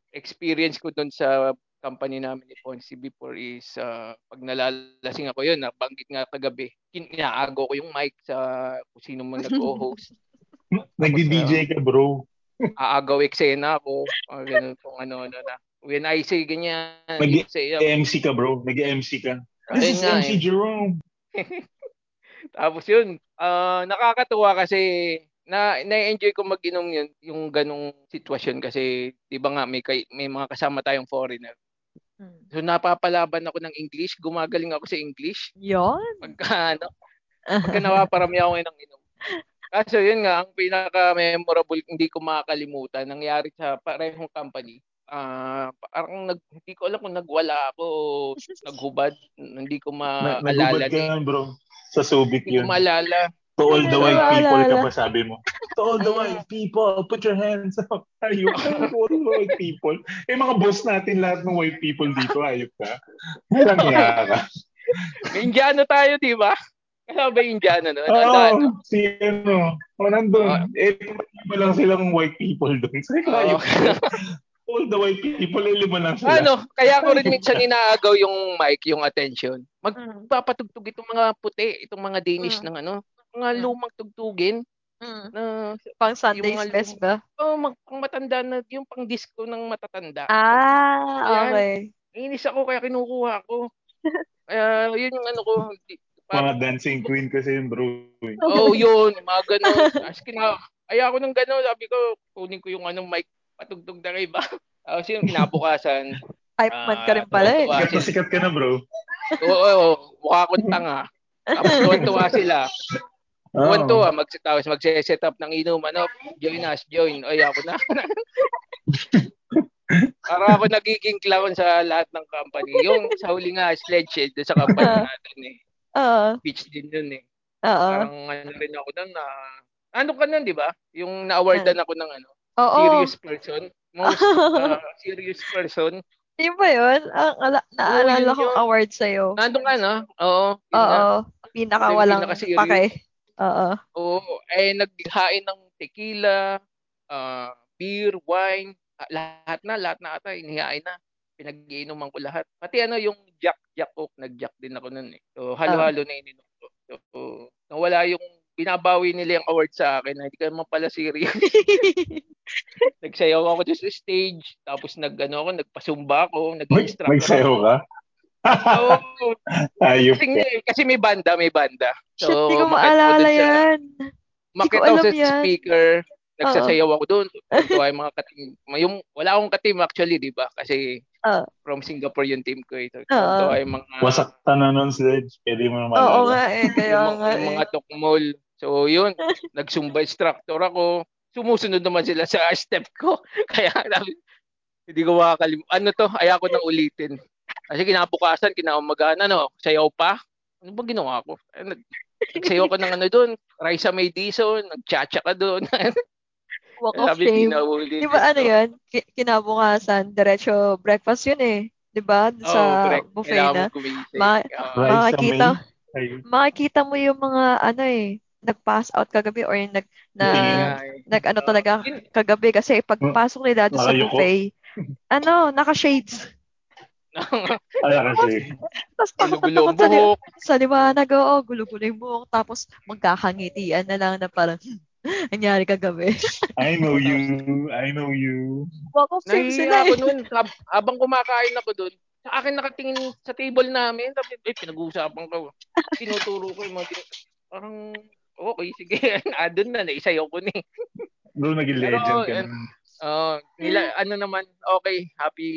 experience ko doon sa company namin ni Ponce before is ah, pag nalalasing ako yun, nabanggit nga kagabi, kinaago ko yung mic sa kung sino man nag-host. Nag-DJ ka, bro. Aagaw eksena ako, or ganun kung ano ano na. When I say ganyan, Mag- you say, ah, MC ka, bro. Nag-MC ka. ayun This is nga MC eh. Jerome. Tapos yun, ah, nakakatuwa kasi na na-enjoy ko mag-inom yun, yung ganong sitwasyon kasi 'di ba nga may kay- may mga kasama tayong foreigner. Mm. So napapalaban ako ng English, gumagaling ako sa English. Yun. Pagka ano, pagka napaparami ako ng inom. Kaso yun nga, ang pinaka-memorable, hindi ko makakalimutan, nangyari sa parehong company. Ah, parang nag, hindi ko alam kung nagwala ako o naghubad. Hindi ko Na, nagubad maalala. ka yan, bro. Sa Ah, Subic Hindi ko yun. maalala. To all the white Wala, people wala. ka ba sabi mo? To all the white people, put your hands up. Ayok ka, to all the white people. Eh, mga boss natin lahat ng white people dito, ayok ka. Walang hiya ka. May Indiano tayo, di ba? Kaya ba Indiano? No? Ano, Oo, ano? si ano. O, nandun. Eh, lima lang silang white people dun. Sabi Ah, ko, ayok ka. All the white people, eh, lima lang sila. ano, kaya ko rin minsan inaagaw yung mic, yung attention. Mag, Mm, papatugtog itong mga puti, itong mga Danish Mm. ng ano, mga Mm. lumang tugtugin mm. na Pang Sunday's mga lum- best ba? oh, mag, pang matanda na yung pang disco ng matatanda. Ah, Ayan. okay. Inis ako kaya kinukuha ko. Kaya yun yung ano ko. di- Mga Parang, dancing queen kasi yung bro. eh. oh yun, mga ganun. Tapos kina, ayaw ko ng ganun. Sabi ko, kunin ko yung anong mic, patugtog na kay ba? Tapos yun, kinabukasan. Hype man ka rin Ah, pala eh. tuwa-tuwa Sikat na sikat ka na, bro. Oo, oo, oo, mukha akong tanga. Tapos tuwa sila. Oo. Kuwan to, ah, mag, tapos magse-set up ng inom, ano, join us, join. Ay, ako na. Para ako nagiging clown sa lahat ng company. Yung sa huli nga, sledge eh, doon sa company natin eh. Oo. Pitch din yun eh. Oo. Parang ano rin ako nun na, ano ka nun, di ba? Yung na-awardan ako ng ano, Oo. serious person. Most ah, serious person. Yun ba yun? Ang ala- naalala yun kong yun. award sa'yo. Nandun ka na? Oo. yun na. Oo. Pinaka Yun yung walang pinaka-serious. pake. Oo. Oo, eh naghain ng tequila, ah, beer, wine, ah, lahat na, lahat na ata, inihain na. pinag-iinuman ko lahat. Pati ano yung Jack, Jack Oak, nag-Jack din ako nun eh. So halo-halo Ah. na ininom ko. So, nawala yung binabawi nila yung award sa akin. na Hindi ka naman pala serious. Nagsayaw ako just stage. Tapos nag, ano, ako, nagpasumba ako. May, Nag-instruct may sayo ka? Oo. Ayup kasi, ka. kasi may banda, may banda. Shit, di umakit ko ako dun maalala sa- ano. yan. Hindi ko makita ko alam sa yan. speaker, nagsasayaw ako doon. Tuwa yung mga katim. may- Yung, wala akong katim actually, di ba? Kasi Oo. from Singapore yung team ko. eh. Ito. Oo. Tuwa yung mga, Wasak ka na nun, Sledge. Pwede mo naman. Oo nga eh, kaya yung, nga mga- yung eh. mga tokmol. So yun, nagsumba instructor ako. Sumusunod naman sila sa step ko. Kaya sabi, hindi ko makakalimutan. Ano to? Ayaw ko nang ulitin. Kasi kinabukasan, kinamagahan, ano, sayaw pa. Ano ba ginawa ko? Eh, nag- Nagsayaw ko ng ano doon, Raisa May Dizon, nagchacha ka doon. Walk of Sabi, oh. shame. pinaulit. Di ba ano yun? Ki- Kinabukasan, diretso breakfast yun eh. Di ba? Doon Oh, sa buffet na. Ma- Ma- Rice Makikita. sa may. Ayun. Makikita mo yung mga ano eh, nag-pass out kagabi or yung nag, na, Tingin Mm-hmm. nga nag Ah, ano talaga kagabi kasi pagpasok nila dati sa Nakayuko. buffet, ano, naka-shades. Ay, kasi. Tapos takot na Gulo-gulo ang takot sa, li- buhok. sa liwanag, oo, gulo-gulo yung buhok. Tapos magkakangitian na lang na parang, nangyari kagabi. I know you. I know you. Walk of shame Nahiya sila ako eh. nun. Hab- Habang kumakain ako dun, sa akin nakatingin sa table namin. Sabi, eh, pinag-uusapan ko. Tinuturo ko yung mga gina- Parang, okay, sige. Adon na, naisayaw ko ni. Doon naging legend ka. Pero, Oh, nila, Hmm. ano naman, okay, happy,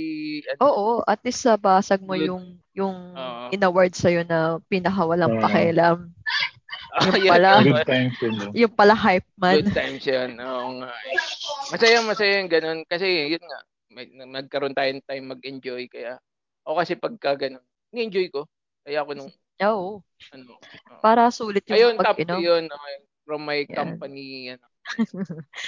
ano, Oo, at least sa basag mo Good. yung yung Oo. inaward sa'yo na Ah. pinakawalang Oo. pakialam. oh, yun naman. pala. Good times yun. no? Yung pala hype man. Good times yan. Oo nga. eh. Masaya, masaya yung ganun. Kasi yun nga, may, nagkaroon tayong time mag-enjoy. Kaya, o kasi pagka ganun, ni-enjoy ko. Kaya ako nung, Oo, ano. oo. para sulit Ayun, yung tap pag-inom. yun. okay, from my Yan. company. Ano.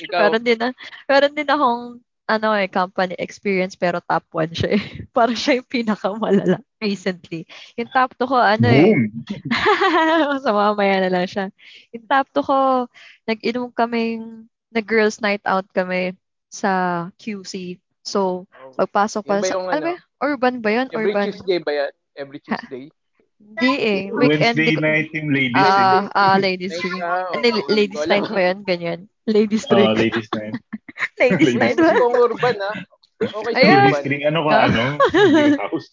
Ikaw, Meron din, na, meron din akong ano eh, company experience pero top 1 siya eh. Parang siya yung pinakamalala recently. Yung top 2 ko, ano eh. Boom! sa mamaya na lang siya. Yung top 2 ko, nag-inom kaming, nag-girls night out kami sa QC. So, oh, pagpasok Yung pa ba sa, yung ano ba ano? yun? Urban ba yun? every Urban? Tuesday ba yan? Every Tuesday? Hindi eh. Weekend. Wednesday di ko- night yung ladies. Ah, eh. ah, ladies Night drink. ka, oo. Ano, ladies Wala. night ba yun? Ganyan. Ah, Ladies Oo, drink. Oh, ladies night. ladies night Gusto ba? ko ang urban, ha? Okay sa Ayun. Ah. Ladies urban. green. Ano ka, ano? Green house.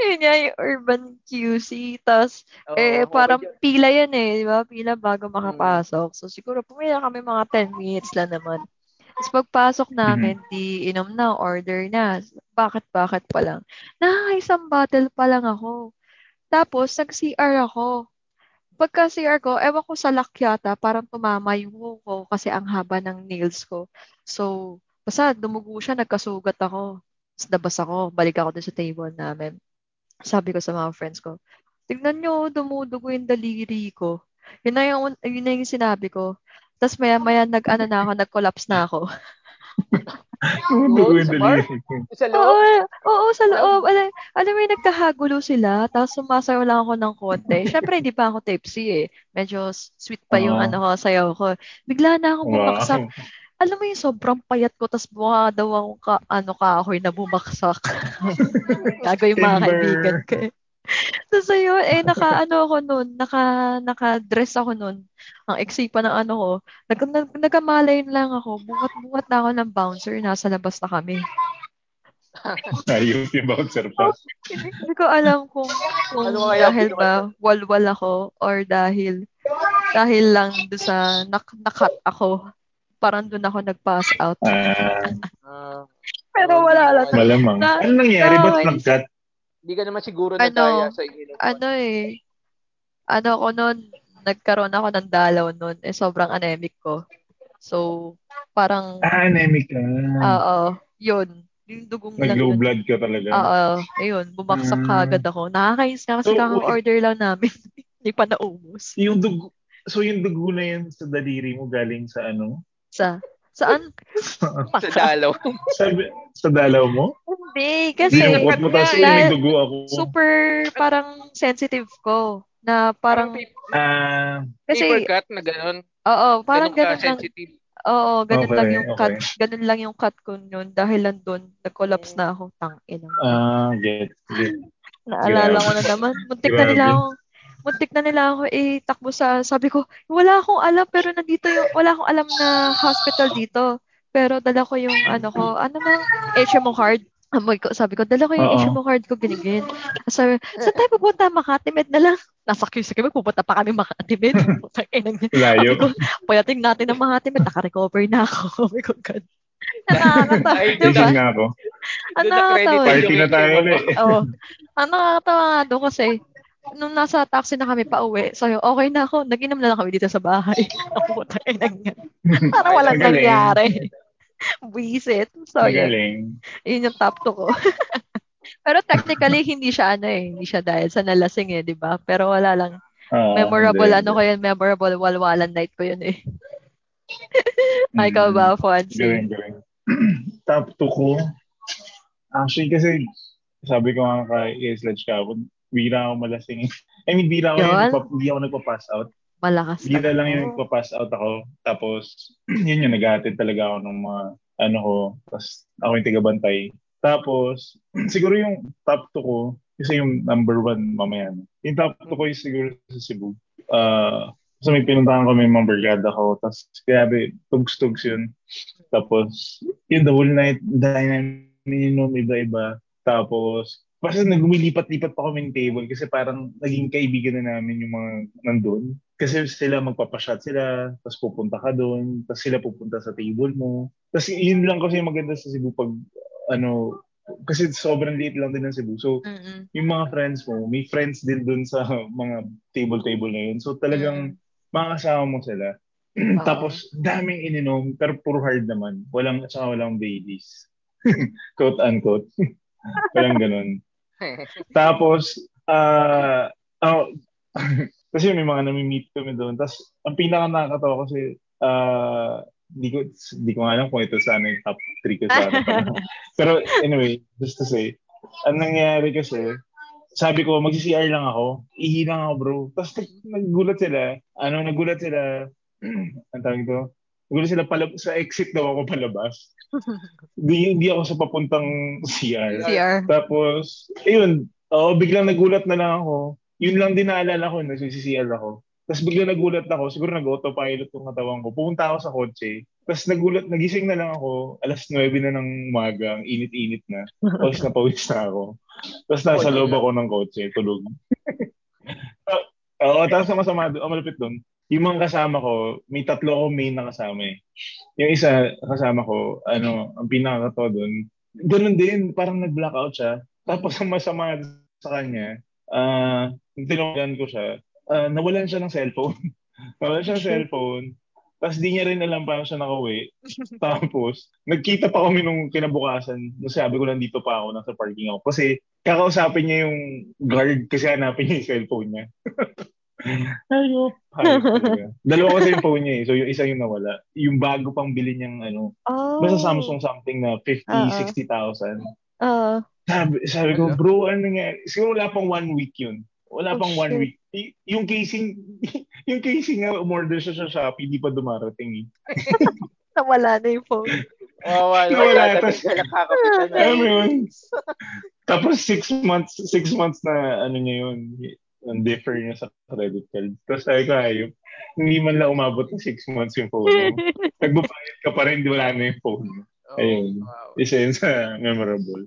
Yun nga, yung urban QC. Tapos, Oo, Mm. eh, okay parang dyan. pila yan eh, di ba? Pila bago makapasok. So, siguro pumila kami mga 10 minutes lang naman. Tapos pagpasok namin, Mm-hmm. di inom na, order na. Bakit, bakit pa lang? Na, isang bottle pa lang ako. Tapos, nag-CR ako. Pagka CR ko, ewan ko sa luck yata, parang tumama yung buhok ko kasi ang haba ng nails ko. So, basta dumugo siya, nagkasugat ako. Tapos nabas ako, balik ako dun sa table namin. Sabi ko sa mga friends ko, tignan nyo, dumudugo yung daliri ko. Yun na yung, yun na yung sinabi ko. Tapos maya-maya nag-ano na ako, nag-collapse na ako. Oh, Tudugo yung Sa bar? daliri ko. Sa Oo, loob? oo, sa loob. Alam, alam mo yung nagkahagulo sila, tapos sumasayaw lang ako ng konti. Siyempre, hindi pa ako tipsy eh. Medyo s- sweet pa yung Oo. ano ko, sayaw ko. Bigla na akong bumagsak. Wow. Alam mo yung sobrang payat ko, tapos buha daw akong ka, ano, kahoy na bumagsak. Gago yung mga Timber. kaibigan ko eh. Tapos ayun, eh, naka, ano ako nun, naka, naka-dress ako nun. Ang eksi pa ng ano ko. Nag, nag, nagkamalayan lang ako. Bungat-bungat na ako ng bouncer. Nasa labas na kami. Ayos yung bouncer pa. Hindi, hindi ko alam kung, kung Ano kaya dahil pinukat ba walwal ako or dahil dahil lang do sa nak nakat ako. Parang doon ako nag-pass out. Ah, Ah, Oh. Pero wala lang. malamang. Na- Ano nangyari? Ba't nakakainis. nag-cut? Hindi ka naman siguro na Ano? daya sa inyo. Ano eh. Ano ko noon, nagkaroon ako ng dalaw noon. Eh, sobrang anemic ko. So, parang, Ah, anemic ka. oo, yun. Yung dugong lang Nag-low yun. blood ka talaga. Oo, ayun. Bumagsak Ah. kagad ako. Nakakainis nga kasi So, kaka-order lang namin. Hindi pa naubos. Yung dugo, so yung dugo na yan sa daliri mo galing sa ano? Sa, saan? Sa dalaw. sa, sa dalaw mo? Hindi, Kasi- kasi Sinukot mo tapos Dahil- nagdugo ako. super parang sensitive ko na parang paper, Ah, paper kasi cut na gano'n. oo, parang Ganun ka, ganun lang. sensitive. Oo, ganun Okay, lang yung cut, okay. ganun lang yung cut ko noon dahil nandun, nag-collapse na ako, tang ina. Ah, get, get. Naalala Grabe. ko na naman, muntik na nila Grabe. ako, muntik na nila ako itakbo sa, sabi ko, wala akong alam pero nandito yung, wala akong alam na hospital dito. Pero dala ko yung ano ko, ano mang HMO card. Amoy ko, sabi ko, dala ko yung Oo. HMO card ko, ganyan. Sabi, saan tayo pupunta? Makati Med na lang. Nasa QC kami, pupunta pa kami Makati Med. Putang ina niya. Sabi ko, Layo. payating natin ng Makati Med, naka-recover na ako. Sabi ko, God. Nakakatawa. Ay, Di ba? Gising nga ako. Ang Doon na-credit nakakatawa. eh. yung Party na tayo ulit. Oo. Ang nakakatawa nga doon kasi, nung nasa taxi na kami pa uwi, sabi ko, okay na ako, nag-inom na lang kami dito sa bahay. Ang puta, eh, nang- Parang walang Ang galing. nangyari. Buisit. So, yun, Magaling. yun yung top two ko. Pero technically, hindi siya ano eh, hindi siya dahil sa nalasing eh, di ba? Pero wala lang. Oo, Memorable, Oh, hindi. ano ko yun, memorable walwalan night ko yun eh. Mm. Ay, ikaw ba, Fonzie? Galing, galing. Top 2 ko. Actually, kasi sabi ko nga kay Isledge Kapod, bira ako malasing. I mean, bira ako Yun? yung nagpa- hindi ako nagpa-pass out. Malakas Bira lang yung yun. nagpa-pass out ako. Tapos, yun yung nag-attend talaga ako ng mga ano ko. Tapos, ako yung tigabantay. Tapos, siguro yung top 2 ko, kasi yung number 1 mamaya. no? Yung top 2 ko is siguro sa Cebu. Ah, so may pinuntahan kami yung mga barkada ko. Tapos, grabe, tugs-tugs yun. Tapos, yun, the whole night, dahil na nininom iba-iba. Tapos, basta nagumilipat-lipat pa kami ng table kasi parang naging kaibigan na namin yung mga nandun. Kasi sila magpapashot sila, tapos pupunta ka doon, tapos sila pupunta sa table mo. Tapos yun lang kasi yung maganda sa Cebu pag, ano, kasi sobrang liit lang din ng Cebu. So, Mm-mm. yung mga friends mo, may friends din doon sa mga table-table na yun. So, talagang makakasama mo sila. Tapos, daming ininom, pero puro hard naman. Walang, tsaka walang babies. Quote-unquote. walang ganun. Tapos, ah, oh, kasi may mga nami-meet kami doon. Tapos, ang pinaka nakakatawa kasi, ah, di ko, di ko nga alam kung ito sana yung top 3 ko sana. Pero anyway, just to say, ang nangyari kasi, sabi ko, mag-CR lang ako. Ihi lang ako, bro. Tapos nag- nagulat sila. Ano, nagulat sila. ang tawag ito? Nagulat sila palab- sa exit daw ako palabas. Hindi, hindi ako sa papuntang CR. CR. Tapos, ayun, oo, biglang nagulat na lang ako. Yun lang din naalala ko, nagsisisial ako. Tapos biglang nagulat ako, siguro nag-autopilot yung katawan ko. Pumunta ako sa kotse. Tapos nagulat, nagising na lang ako, alas 9 na ng umaga, ang init-init na. Pawis na pawis na ako. Tapos nasa Tulog loob na. ako ng kotse, tulog. Ah, Oo, tapos ang masama, doon- ang malapit doon, yung mga kasama ko, may tatlo ako main na kasama eh. Yung isa kasama ko, ano, ang pinakakatawa doon, ganun din, parang nag-blackout siya. Tapos ang masama sa kanya, ah, nung tinawagan ko siya, ah, nawalan siya ng cellphone. nawalan siya ng cellphone. Tapos di niya rin alam paano siya nakauwi. Tapos, nagkita pa kami nung kinabukasan. Nung sabi ko, nandito pa ako, nasa parking ako. Kasi, kakausapin niya yung guard kasi hanapin niya yung cellphone niya. Hayop. Hayop talaga. Dalawa kasi yung phone niya eh. So, yung isa yung nawala. Yung bago pang bili niyang ano, Oh. basta Samsung something na 50, Oo. 60,000. Oo. Sabi, sabi ko, Wala. bro, ano nangyari? Siguro wala pang one week yun. Oh, Wala pang one shit. week. Y- yung casing, yung casing nga, umorder siya sa Shopee, di pa dumarating eh. Nawala na yung phone. Wawa na. Wala, Dadating tas- ka lang kakapitan na. Alam mo yun? Tapos six months, six months na ano niya yun, ang differ niya sa credit card. Tapos sabi ko, ayop, hindi man lang umabot ng six months yung phone mo. Nagbabayad ka pa rin, di wala na yung phone mo. Oh, Ayun. wow. Isa yun sa memorable.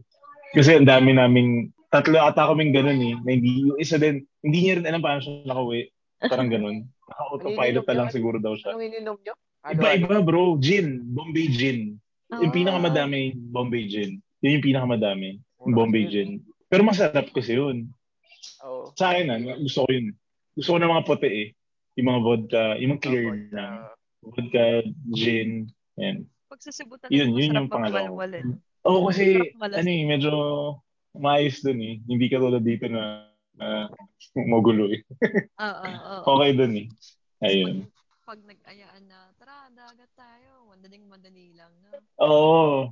Kasi ang dami naming, tatlo ata kaming ganun eh. Na hindi, yung isa din, hindi niya rin alam paano siya nakauwi. Parang ganun. Naka-autopilot na lang siguro daw siya. Anong ininom nyo? Ano, Iba-iba bro, gin. Bombay gin. Yung Oo. pinakamadami, Bombay gin. Yun yung pinakamadami, Mura Bombay kasi yun. gin. Pero masarap kasi yun. Oh. Sa akin na, gusto ko yun. Gusto ko ng mga puti eh. Yung mga vodka, yung mga clear na. ah, Vodka, gin, yan. Pagsasibutan Yun, yun yung pangalawa. ko. Oo, kasi, Masarap malasing. ano eh, medyo maayos dun eh. Hindi ka tulad dito na na magulo eh. Oo, oo. Okay dun eh. Ayun. Pag nag-ayaan na, tara, dagat tayo. Madaling madali lang. No? Oo.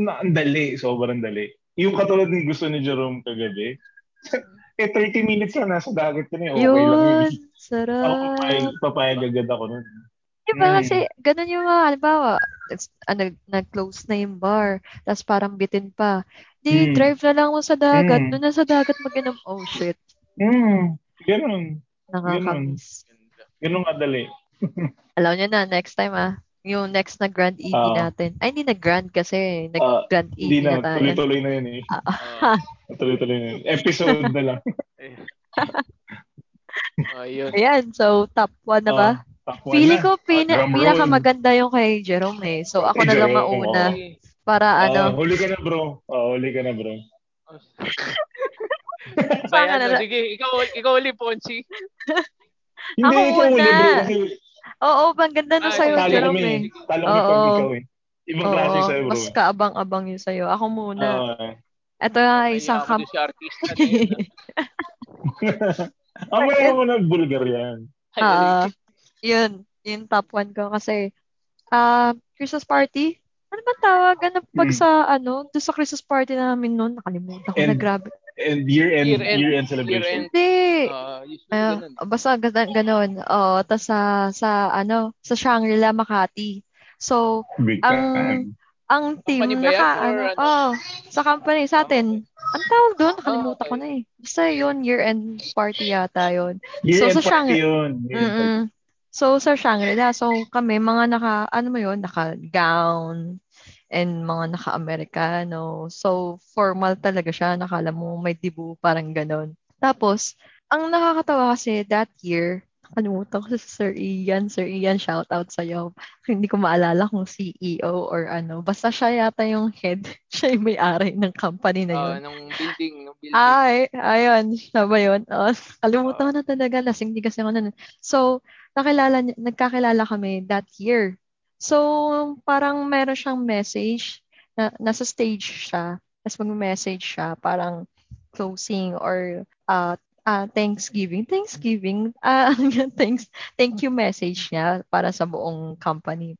Na, ang dali. Sobrang dali. Yung katulad ng gusto ni Jerome kagabi, eh 30 minutes lang nasa dagat ka na eh. Okay lang yun. Yun, Ako sarap. papayag, papayag agad ako nun. Diba? Mm. Kasi ganun yung mga, halimbawa, it's, ah, nag, nag-close na yung bar, tapos parang bitin pa. Di, Mm. drive na lang mo sa dagat. Mm. Doon na sa dagat mag oh shit, Mm. Ganun. nakakamiss. Ganda. Ganun kadali. Alam nyo na, next time ah, yung next na Grand EV Oo. natin. Ay, hindi na Grand kasi, Ah, nag-Grand EV Hindi na, na, tayo. tuloy-tuloy na yun eh. Ah, Tuloy-tuloy na yun. Episode na lang. eh. Ah, yun. Ayan, so top 1 na ba? Ah, top Diba? one Feeling na. ko pina, Drum roll. pinakamaganda yung kay Jerome eh. So ako Kay na lang Jerome, mauna oo. para Ah, ano, huli ka na bro. Ah, huli ka na bro. Bayan, oh, Sana na- sige, ikaw, ikaw ulit, Ponchi. Hindi, Ako ikaw huli muna. bro. Kasi oo, ang ganda Ah, nung sa'yo, Talo talo Jerome kami. eh. eh. Talo kami pag Oo. ikaw eh. Ibang klase Oo, sa'yo eh. bro. mas kaabang-abang yung sa'yo. Ako muna. Ah. Ito nga, isang Isang kamp. Si artista na yun. Ah, meron mo na Bulgar yan. ah. Ay, Ah. legit. Yun, yung top 1 ko kasi ah Christmas party. Ano ba tawag? Ano pag Hmm. sa ano, doon sa Christmas party namin noon, nakalimutan ko na And- grabe. And year-end, Year-end. year-end, celebration. Year-end. Hindi. Ah, usually Ay, ganun. basta gano'n. ganoon. Oo, tas sa, sa, ano, sa Shangri-La, Makati. So, Big time. ang, ang team Company ba naka, yan? Or ano, ano? oh, sa company, sa Ah, atin. Ang tawag doon, nakalimutan Ah, ko na eh. Basta yun, year-end party yata yun. So, Year-end sa party Shangri- yun. Year-end party. mm So, sa Shangri-La, so kami, mga naka, ano mo yun, naka-gown and mga naka-Americano. So, formal talaga siya. Nakala mo may dibu, parang ganon. Tapos, ang nakakatawa kasi that year, nakalimutan ko si Sir Ian. Sir Ian, shout out sa'yo. Hindi ko maalala kung CEO or ano. Basta siya yata yung head. siya yung may-ari ng company na yun. Ah, nung building, nung building. Ay, ayun. Siya ba yun? Oh, kalimutan ko na talaga. Lasing di kasi ako na. nun. eh. So, nakilala, niya- nagkakilala kami that year. So, parang meron siyang message. Na, nasa stage siya. Tapos mag-message siya. Parang closing or uh, ah, Thanksgiving. Thanksgiving. Ah, ano yan? thanks, thank you message niya para sa buong company.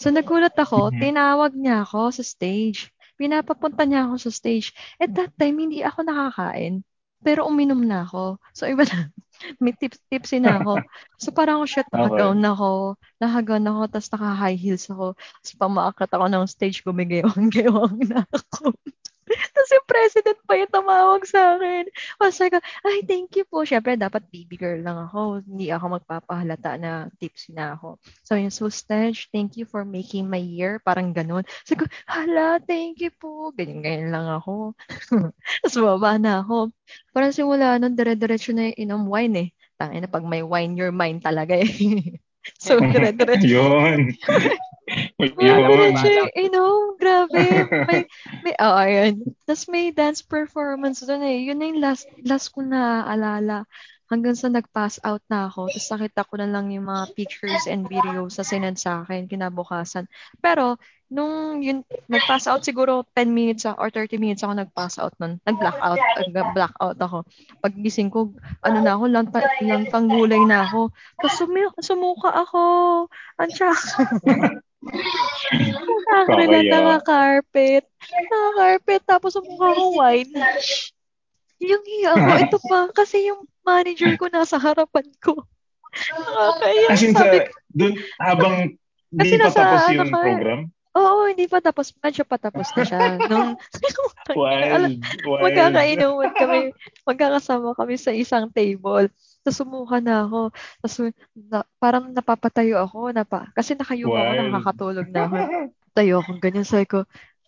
So, nagulat ako. Mhm. Tinawag niya ako sa stage. Pinapapunta niya ako sa stage. At that time, hindi ako nakakain. Pero uminom na ako. So, iba na. May tips, tipsy na ako. So, parang ako, shit, Okay. nakagaon na ako. Nakagaon na ako, tapos naka-high heels ako. Tapos pamaakat ako ng stage, gumigewang-gewang na ako. tapos yung president pa yung tumawag sa akin. Tapos ako, ay, thank you po. Siyempre, dapat baby girl lang ako. Hindi ako magpapahalata na tipsy na ako. So, yung so stage, thank you for making my year. Parang ganun. Sabi ko, hala, thank you po. Ganyan-ganyan lang ako. Tapos baba na ako. Parang simula nun, dire-diretso na yung inom wine eh. Tangin na, pag may wine, you're mine talaga eh. so, dire-diretso. yun. Grabe, yun. Jay. I know. Grabe. May, may, oh, ayun. Tapos may dance performance doon eh. Yun na yung last, last ko naaalala. Hanggang sa nag-pass out na ako. Tapos nakita ko na lang yung mga pictures and videos na sinend sa akin kinabukasan. Pero, nung yun, nag-pass out siguro 10 minutes a- or 30 minutes ako nag-pass out nun. Nag-blackout. Nag-blackout ako. Pagising ko, ano na ako, lantang, lantang gulay na ako. Tapos sumi- sumuka ako. Ang tsaka. Nakakarilat Kakaya. na nga carpet. Naka carpet. Tapos ang mukha ko wine. Yung hiya ko, ito pa. Kasi yung manager ko nasa harapan ko. Nakakaya. As in, sa, Sabi ko, dun, habang Kasi di pa nasa, tapos ano yung ka, program, oo, hindi pa tapos. Medyo patapos na siya. Nung, alam, wild, wild. magkakainuman kami. Magkakasama kami sa isang table. Tapos sumuka na ako. Tapos na, parang napapatayo ako. Napa, kasi nakayuko ako, Wild. nakakatulog na ako. tayo akong ganyan. Sabi ko,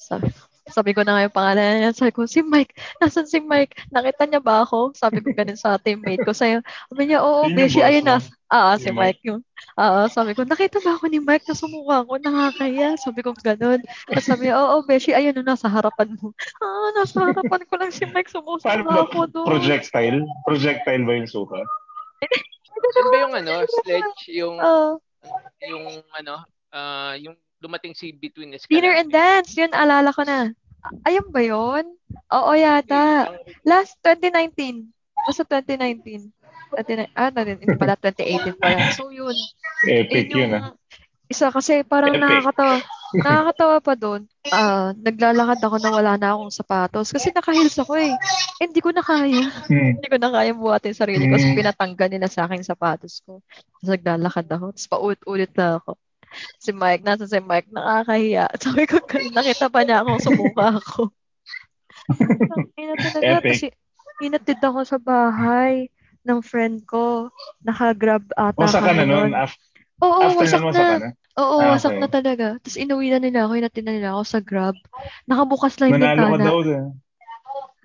sabi, sabi ko na nga yung pangalan niya. Sabi ko, si Mike, nasan si Mike? Nakita niya ba ako? Sabi ko ganun sa teammate ko. Sabi, sabi niya, oo, Yun yung beshi, boss ayun na. mo. Ah, Yung si Mike. Mike yung, ah, sabi ko, nakita ba ako ni Mike na sumuka ako? Nakakaya. Sabi ko ganun. Tapos sabi niya, oo, beshi, ayun na, nasa harapan mo. Ah, nasa harapan ko lang si Mike, Paano sumusuka ba? ako doon. Projectile? Projectile ba yung suka? Yan ba yung ano, sledge, yung, Ah, yung ano, ah, yung dumating si Between Escalante. dinner and dance, yun, alala ko na. Ayun ba yun? Oo yata. Last 2019. Basta 2019. 29, ah, no, hindi pala, 2018 pala. So, yun. Epic Yun yung, yun ah. isa kasi parang Epic. nakakatawa. Nakakatawa pa doon. Ah, naglalakad ako na wala na akong sapatos kasi naka-heels ako eh. Eh, Hindi ko na kaya. Hmm. Hindi ko na kaya buhatin yung sarili ko. So, Mm. pinatanggal nila sa akin yung sapatos ko. Tapos naglalakad ako. Tapos paulit-ulit na ako. Si Mike, nasa si Mike, nakakahiya. Sabi ko, "Kal- nakita pa niya ako, sumuka ako. Ina talaga. Epic. Tapos inatid ako sa bahay ng friend ko. Naka-grab ata Wasak ka Oh, na kami nun. nun? Af- Oo, after wasak nun, na. wasak ka na? Oo, Ah, wasak okay. na talaga. Tapos inuwi na nila ako, inatid na nila ako sa Grab. Nakabukas lang yung Nanalo ka bintana. daw. eh.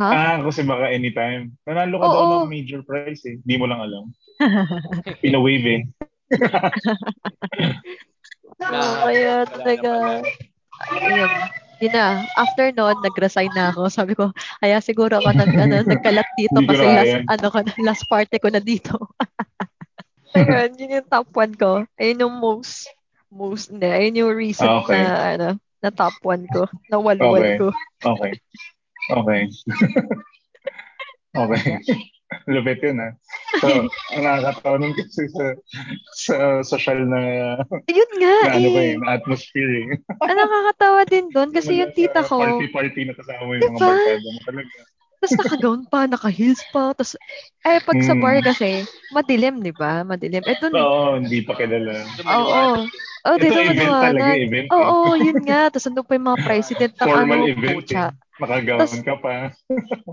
Ha? Ah, kasi baka anytime. Nanalo ka Oo. daw ng major prize eh. Hindi mo lang alam. Pinawave eh. Oo, kaya Ah, Wala na talaga. pala. Ayun. Yun na. After noon, nag-resign na ako. Sabi ko, kaya siguro ako nag, ano, nagkalat dito Hindi ko kasi na last, kaya. ano ko, na- last party ko na dito. Ayun, yun yung top 1 ko. Ayun yung most, most, hindi. Ayun yung recent Ah, Okay. na, ano, na top 1 ko. Na walwal Okay. ko. Okay. Okay. okay. Lupit yun ah. So, ang nakakatawa nun kasi sa, sa social na, Ayun nga, na ano ba eh. yun, atmosphere eh. Ang nakakatawa din doon kasi yung Wala tita sa ko, Party-party na kasama yung mga Diba? barkada mo talaga. Tapos naka-gown pa, naka-heels pa. Tapos, eh, pag sa Mm. bar kasi, madilim, di ba? Madilim. Eh, dun, oo. Oo, hindi pa kilala. Oh, oh, Ito dito event talaga, maliwanag. event. eh. Oo, oh, yun nga. Tapos, andun pa yung mga president ng Formal ano, event, eh. pucha. Makagawan Tas- ka pa.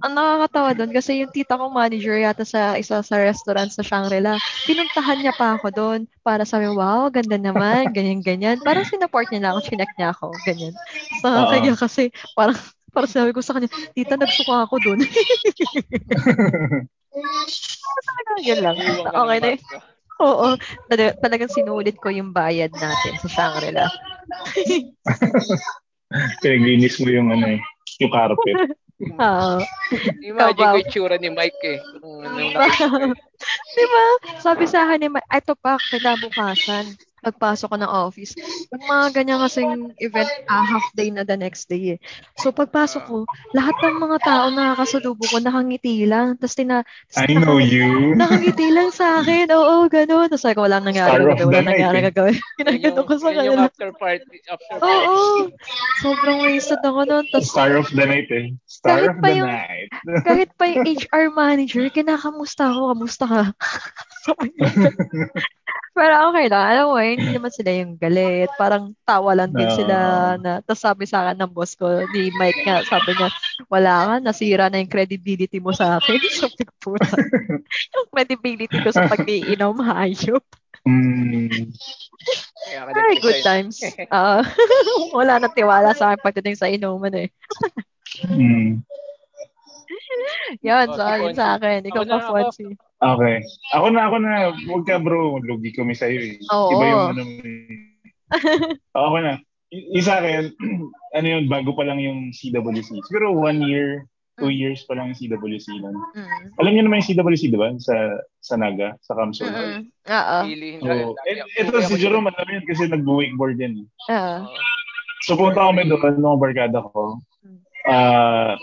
Ang nakakatawa doon kasi yung tita kong manager yata sa isa sa restaurant sa Shangri-La, pinuntahan niya pa ako doon para sabi, wow, ganda naman, ganyan-ganyan. Parang sinaport niya na ako, chinek niya ako, ganyan. So, Oo. kaya kasi, parang, parang sabi ko sa kanya, tita, nagsuka ako doon. Yun lang. Iwan ka Okay ng na yun. basta. Oo, tal- talagang sinulit ko yung bayad natin sa Shangri-La. Pinaglinis mo yung ano eh, yung carpet. Oo. Imagine Kabaw. ko yung tsura ni Mike eh. Nung, nung nakita ko eh. Di ba? Diba? Sabi sa akin ni Ma- "Ah, ito pa, kinabukasan, pagpasok ko ng office. Yung mga ganyan kasing event, ah, half day na the next day eh. So pagpasok ko, lahat ng mga tao na nakakasalubo ko, nakangiti lang. Tapos tina, tas I know nakangi- you. Nakangiti lang sa akin. Oo, ganun. Tapos ako, walang nangyari. Star of kagabi, Walang the night, nangyari eh. kagabi. Yun yung, Ginagano ko sa yun yung kanila. after party. After Oo, party. sobrang wasted ako nun. Tapos Star of the night eh. Star Kahit of pa the yung- night. kahit pa yung HR manager, kinakamusta ako, kamusta ka? Sabi niya. Pero okay lang, alam mo, eh, hindi naman sila yung galit. Parang tawa lang din Ah. sila. Na, tapos sabi sa akin ng boss ko, ni Mike nga, sabi niya, wala ka, nasira na yung credibility mo sa akin. Sabi ko, puta. Yung credibility ko sa pag-iinom, hayop. Mm. Kaya ka Ay, good nag-resign. times. Ah, wala na tiwala sa akin pagdating sa inuman eh. Mm. Yan, Oh, so si yun sa akin. Ikaw Ako na pa, ako. Fonzie. Okay. Ako na, ako na. Huwag ka bro. Lugi kami sa'yo eh. Oo. Iba yung ano. eh. Oo, ako na. Y- Yung sa akin, ano yun, bago pa lang yung CWC. Siguro one year, two years pa lang yung CWC nun. Mm. Alam niyo naman yung CWC, di ba? Sa, sa Naga, sa Kamsul. Mm-mm. mm, Oo. Pili. hindi So, ako- et- eto Eh, si Jerome, alam yun kasi nag-wakeboard yan. eh. Oo. Oo. So, punta kami doon, nung barkada ko. Ah,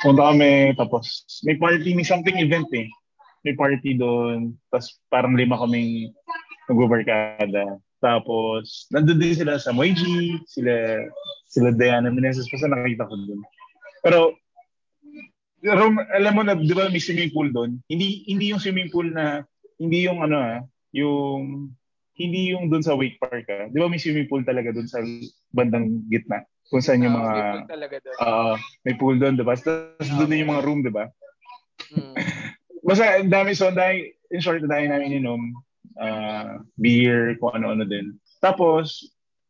punta kami, tapos may party, may something event eh. May party doon, tapos parang lima kaming nagbarkada. Tapos, nandun din sila sa Moy G, sila, sila Diana Meneses, basta nakita ko doon. Pero, Rom, alam mo na, di ba may swimming pool doon? Hindi, hindi yung swimming pool na, hindi yung ano ah, yung, hindi yung doon sa Wake Park ah. Di ba may swimming pool talaga doon sa bandang gitna? Kung saan yung Ah, mga, Ah. people talaga doon. Oo, may pool doon, di ba? Tapos doon din yung mga room, di ba? Mm. Basta ang dami, so ang dami, in short, ang dami namin inom. ah, beer, kung ano-ano din. Tapos,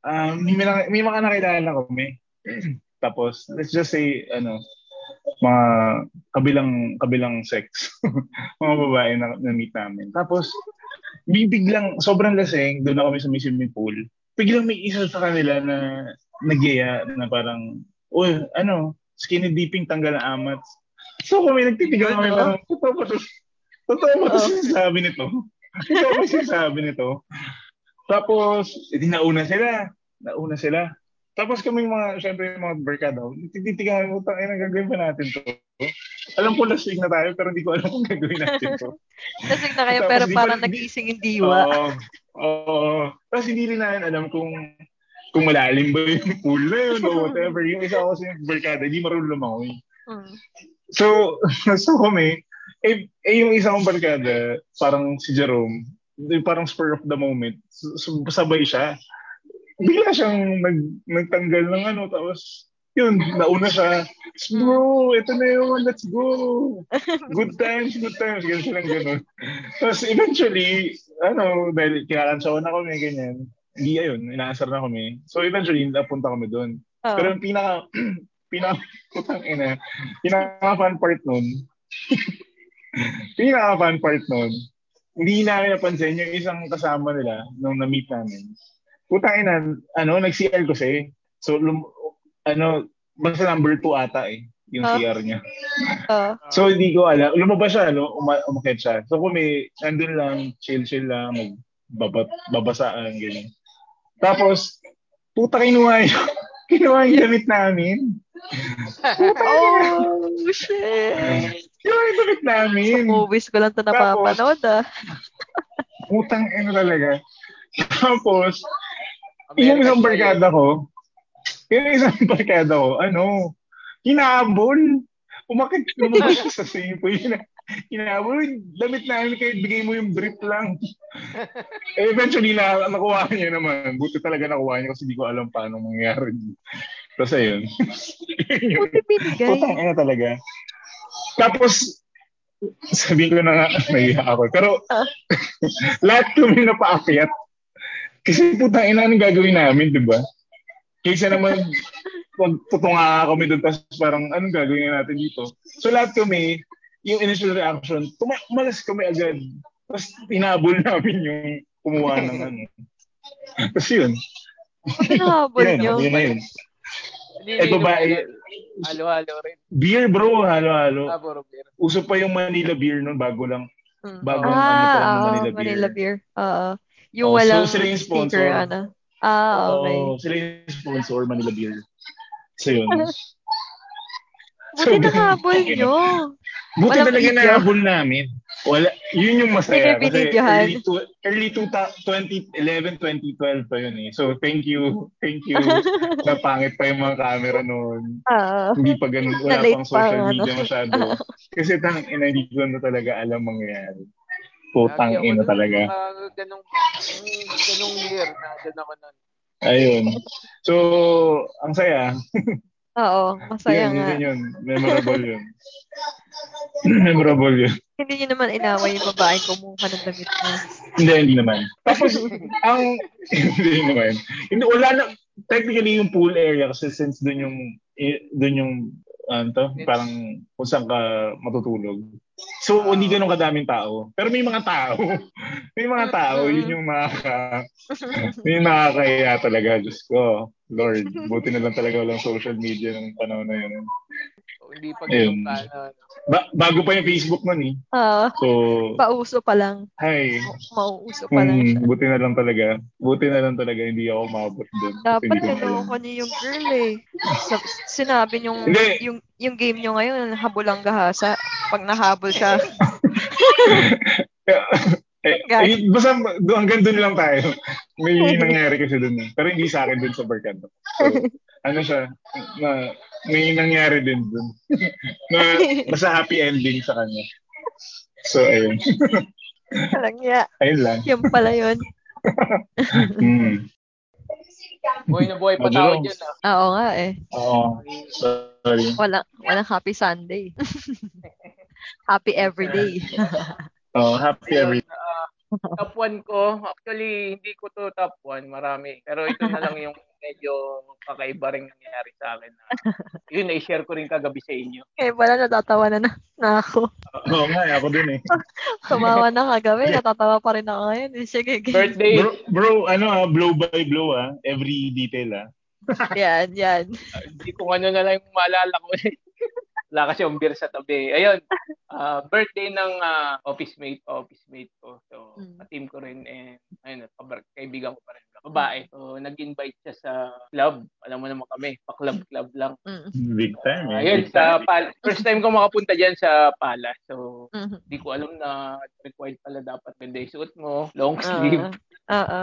ah, may, mga- may mga nakilala kami. Tapos, let's just say, ano, mga kabilang, kabilang sex. mga babae na, na meet namin. Tapos, bi- biglang, sobrang laseng, doon na kami sa may swimming pool. Biglang may isa sa kanila na nagyaya na parang, uy, ano, skinny dipping, tanggal ang amat. So kami Yun, nagtitigan kami no? parang, totoo ba to? Totoo ba to Oo. sinasabi nito? Totoo ba sinasabi nito? Tapos, edi nauna sila. Nauna sila. Tapos kami mga, syempre yung mga barkada, tititigan kami, utang, eh, nagagawin pa natin to. Alam ko last week na tayo, pero hindi ko alam kung gagawin natin to. Lasing na kayo Tapos pero di pa- parang di- nagising yung diwa. Oo. Oo. Tapos hindi rin namin alam kung kung malalim ba yung pool na yun o whatever. Yung isa ko kasi barkada, hindi marunong lumangoy. Mm. So, so kami, eh, eh, yung isa kong barkada, parang si Jerome, eh, parang spur of the moment, s- s- sabay siya. Bigla siyang nag, nagtanggal ng ano, tapos yun, nauna siya, bro, ito na yun, let's go. Good times, good times, ganun silang ganun. Tapos eventually, ano, dahil kinalansawan na kami, ganyan. Hindi, ayun, inaasar na kami. So eventually, napunta kami doon. Oo. Pero yung pinaka, pinaka, putang ina, pinaka fun part nun, pinaka fun part nun, hindi namin napansin yung isang kasama nila nung na-meet namin. Putang ina, ano, nag-CR kasi. So, lum, ano, basta number 2 ata eh, yung Ah. CR niya. Oo. So, hindi ko alam. Lumabas siya, no? Uma- umakit siya. So, kami, andun lang, chill-chill lang, magbabat, babasaan, ganyan. Tapos, puta kinuha yun. kinuha yung damit namin. Oh, shit. Kinuha yung damit namin. Sa movies ko lang ito Tapos- napapanood ah. Putang ina talaga. Tapos, American style yung isang yun. barkada ko, yung isang barkada ko, ano, hinahabol. Umakit, lumabas sa sipo. Yun, hinahabol. Uy, Damit namin kayo, bigay mo yung drip lang. Eh, eventually, na, nakuha niya naman. Buti talaga nakuha niya kasi di ko alam paano mangyari. Tapos ayun. Buti binigay. Putang ina talaga. Tapos, sabihin ko na nga, nahiya ako. Pero, Ah. lahat kami na paakyat. Kasi putang ina, anong gagawin namin, di ba? Kaysa naman, pag tutunga kami doon, tapos parang, anong gagawin na natin dito? So, lahat kami, yung initial reaction, tumalas kami agad. Tapos, inabol namin yung kumuha ng ano. Tapos yun. Buti nahabol Yun, nyo. yun na yun. Nilinom Eh, babae, ka na- ano. Halo-halo rin. beer bro, halo-halo. Ah, puro beer. Uso pa yung Manila beer nun, bago lang. Mm. Bagong ano pa lang Ah, ng Manila Oh, oo, Manila beer. Oo. Yung Oo, so walang sila yung sponsor. sticker, ano. Ah, okay. Oo, sila yung sponsor, Manila beer. So yun. Buti So, nakahabol nyo. Buti Walang talaga video. na habol namin. Wala, yun yung masaya. Kasi Binibidyohan. early, to, early to, 2011, 2012 pa yun eh. So thank you, thank you. na pangit pa yung mga camera noon. Ah, Hindi pa ganun, wala Na-late pang pa, social ano. media masyado. Kasi tang ina, hindi ko na talaga alam mangyayari. Putang Lagi Ah, ako ina nun, talaga. mga ganong, mm, ganong year na doon ako nun. Ayun. So, ang saya. oo. Masaya yun, nga. Yun, yun, yun. Memorable yun. Memorable yun. Hindi nyo naman inaway yung babaeng kumuha ng damit mo. Hindi, hindi naman. Tapos, ang, hindi naman. Hindi, wala na, technically yung pool area kasi since dun yung, eh, dun yung, ano to, parang kung saan ka matutulog. So, hindi ganun kadaming tao. Pero may mga tao. May mga tao, yun yung nakaka, yun yung nakakaya talaga. Diyos ko, Lord, buti na lang talaga walang social media ng panahon na yun. O, Oh, Hindi pa ganun Ayun. ka, ano, Ba- bago pa yung Facebook nun eh. Oo. So, Ah, Pauso pa lang. hi. Mauuso pa lang siya. Hmm, buti na lang talaga. Buti na lang talaga hindi ako umabot doon. Dapat ano hindi ko alam. niloko niyo yung girl eh. Sa- sinabi niyo Hindi. yung yung game niyo ngayon habol ang gahasa. Pag nahabol siya, Eh, Guys. eh, basta do- hanggang doon lang tayo. May nangyari kasi doon. eh. Pero hindi sa akin doon sa barkada. So, ano siya, na, may nangyari din doon. na, basta happy ending sa kanya. So, ayun. parang niya. Ayun lang. Yan pala yun. Hmm. Buhay na buhay pa tao Maduro. dyan, ah. Oo nga eh. Oo. Sorry. Wala, walang happy Sunday. happy everyday. Oh, happy every Ayun, ah, top 1 ko, actually, hindi ko to top 1, marami. Pero ito na lang yung medyo kakaiba rin nangyari sa akin. Na, yun, i-share ko rin kagabi sa inyo. eh, wala, natatawa na, na, na ako. Oo nga, ako din eh. Tumawa na kagabi, natatawa pa rin ako ngayon. Eh, Sige, game. Birthday, Bro, bro ano ah, blow by blow ah. Every detail ah. Yan, yan. hindi ko ano na lang yung maalala ko. Wala kasi yung beer sa tabi. Ayun, ah, birthday ng ah, office mate, office mate ko. So, Mm. Hmm. team ko rin and ayun, kabar- kaibigan ko pa rin. babae. So, nag-invite siya sa club. Alam mo naman kami, pa-club-club lang. Mm. Big time eh. Ayun, Big sa time. pal- first time ko makapunta dyan sa pala. So, Mhm. di ko alam na required pala dapat ganda yung suot mo, long Ah, sleeve. Oo.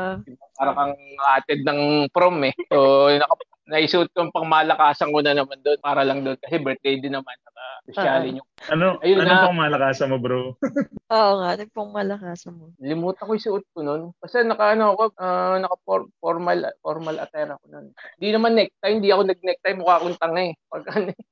Parang kang ated ng prom eh. So, naka, naisuot ko pang malakasan ko na naman doon para lang doon kasi birthday din naman. Naka-socialin yung... Ano, Ayun anong na. pang malakasan mo bro? Oo nga, nagpong malakas mo. Limutan ko yung suot ko noon. Basta naka, ano, ako, ah, naka for- formal, formal attire ako noon. Hindi naman necktie, hindi ako nag-necktie, mukha akong tanga eh. Pag ano eh.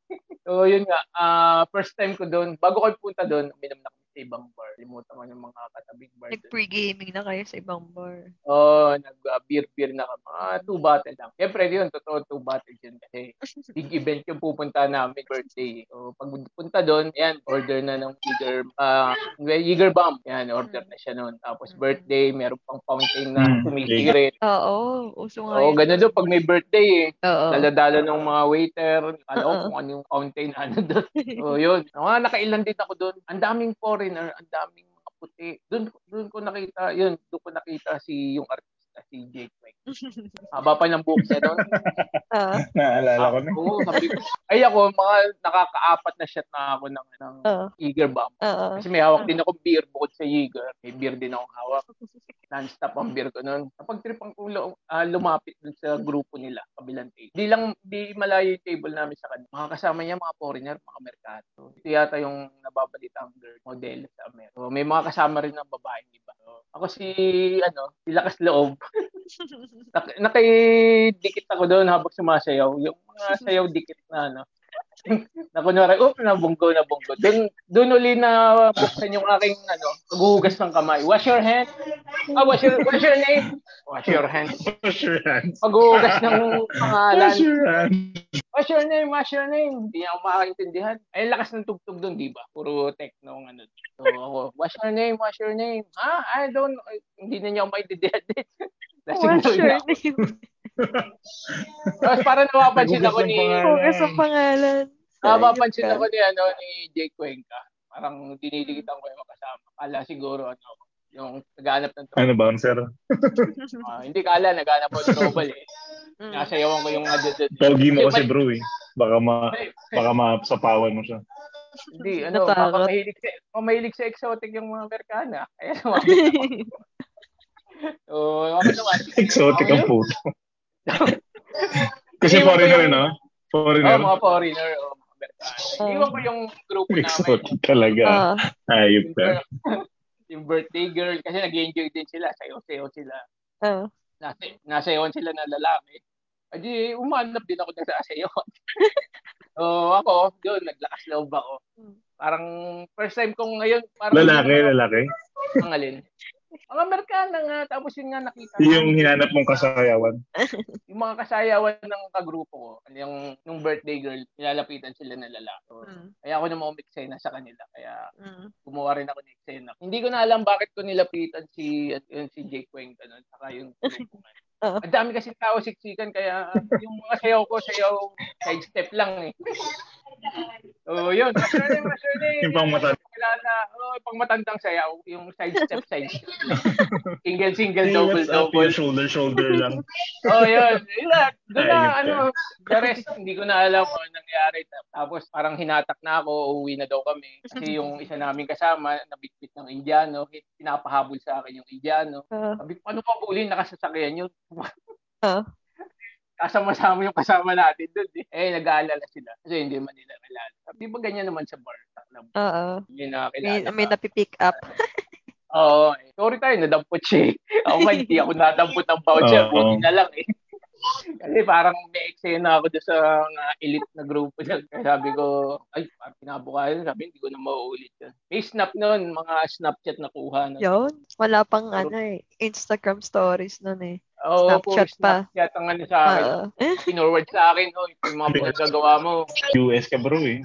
So, yun nga, ah, first time ko doon, bago ko punta doon, uminom na kami sa ibang bar. Limutan ko yung mga katabing bar. doon. Nag-pre-gaming na kayo sa ibang bar. Oo, oh, nag-beer-beer na kami. Ah, two bottle lang. Siyempre, yun, totoo, two bottles yun. Kasi big event yung pupunta namin, birthday. So, pag punta doon, yan, order na ng Eager, ah, well, Eager Bomb. Yan, order na siya noon. Tapos birthday, meron pang fountain na Hmm. sumisigaret. Oo, uso nga Oo, oh, yun. ganun doon pag may birthday eh. Oo. Daladala ng mga waiter. Alam ko Oo. kung ano yung fountain, ano doon. So, yun. Mga nakailan din ako doon. Ang daming foreigner, ang daming mga puti. Doon, doon ko nakita, yun, doon ko nakita si yung artista, si Jake Wang. Haba pa ng buhok niya noon. Ah, Naalala ko na. Oo, sabi ko. Ay ako, mga nakakaapat na shot na ako ng, ng Oo. Eager Bomb. Oo. Kasi may hawak din ako beer bukod sa Yeager. May beer din akong hawak. Non-stop ang beer ko noon. Kapag trip ang ulo, ah, lumapit dun sa grupo nila, kabilang table. Di lang, di malayo yung table namin sa kanila. Mga kasama niya, mga foreigner, mga Mercato. Ito yata yung nababalita ang girl model sa Amerika. So, may mga kasama rin ng babaeng iba. So, ako si, ano, si Lakas Loob. Nak- nakidikit ako doon habang sumasayaw. Yung mga sayaw dikit na ano. na kunwari, oh, nabunggo, nabunggo. Doon, doon uli na buksan yung aking, ano, paghuhugas ng kamay. Wash your hand. Ah, wash your, wash your name. Wash your hand. Wash your hands. Paghuhugas ng pangalan. Wash your hands. What's your name? What's your name? Hindi ako makakaintindihan. Ay, lakas ng tugtog doon, di ba? Puro techno ng ano. So, ako, what's your name? What's your name? Ha? I don't, ay, hindi na niya ako maintindihan. What's Nasignal na your ako. name? Tapos parang napapansin ako ni, Focus ang pangalan. napapansin Ah, Ayun ako ka. ni, ano, ni Jake Cuenca. Parang dinidikitan ko yung mga kasama. Kala siguro, ano, yung naghanap ng Ano trouble. bouncer? Ano? Ah, hindi kala, naghanap ko ng trouble eh. Mm. Nasayawan ko yung mga dudut. Pogi mo Kasi kasi bro eh. Baka ma baka masapawan mo siya. Hindi, ano, Natakot. baka mahilig sa, oh, mahilig sa exotic yung mga Amerikana. Ayan, mga So, ako naman. Exotic ang po. puto. Kasi Iwan ko foreigner yung- eh, no? Oo, Foreigner. mga foreigner o mga Amerikana. Oo. Iwan ko yung grupo namin. Oh. Exotic talaga. eh. Ah, Ayop Yung, ka. bir- yung birthday girl, kasi nag-enjoy din sila. Sayo-sayo sila. ah. Nasa, nasayawan sila ng lalaki. Adi, umanap din ako ng sasayawan. so, ako, doon, naglakas loob ako. Parang first time kong ngayon, parang Lalaki, lalaki. Pangalin. Ang Amerikana nga, tapos yun nga nakita. ko. Yung hinanap mong kasayawan. yung mga kasayawan ng kagrupo ko, yung nung birthday girl, nilalapitan sila ng lalaki. So, Mm. Kaya ako naman umeksena sa kanila. Kaya Mm. gumawa rin ako ng eksena. Hindi ko na alam bakit ko nilapitan si at yun, si Jake Cuenca noon, saka yung grupo nga. Oo. Ang dami kasi tao siksikan kaya yung mga sayaw ko, sayaw side step lang eh. So yun, masyari, masyari. Yung pangmatanda. Oh, pang matandang sayaw, yung side step, side step lang. Single, single, Hey, double, what's up? double. Yung shoulder, shoulder lang. Oh, yun. Yun na. Doon na, Ayun ka. ano, the rest, hindi ko na alam kung anong nangyari. Tapos, parang hinatak na ako, uuwi na daw kami. Kasi yung isa naming kasama, nabitbit ng Indiano, eh, pinapahabol sa akin yung Indiano. Ah, Sabi ko, "Ano paano ka huli? Nakasasakyan yun. Ah. Kasama-sama yung kasama natin doon. Eh, eh nag-aalala sila. Kasi hindi man nila kilala. Sabi ba ganyan naman sa bar? sa club? oo. Hindi na ah, May, kilala. may napipick up. Oo. eh, sorry tayo, nadampot siya eh. Ako nga, hindi ako nadampot ng voucher. Oo. Buti na lang eh. Kasi parang may eksena ako doon sa mga elite na grupo na sabi ko, ay, parang pinabukayan. Sabi, hindi ko na mauulit yun. May snap noon, mga Snapchat na kuha. Na. Yun. Wala pang ano eh. Instagram stories nun eh. Ah, Oo, Snapchat puro pa. Snapchat ang ano sa akin. Oo. Pinorward sa akin, oh, yung mga pagagawa mo. US ka bro eh.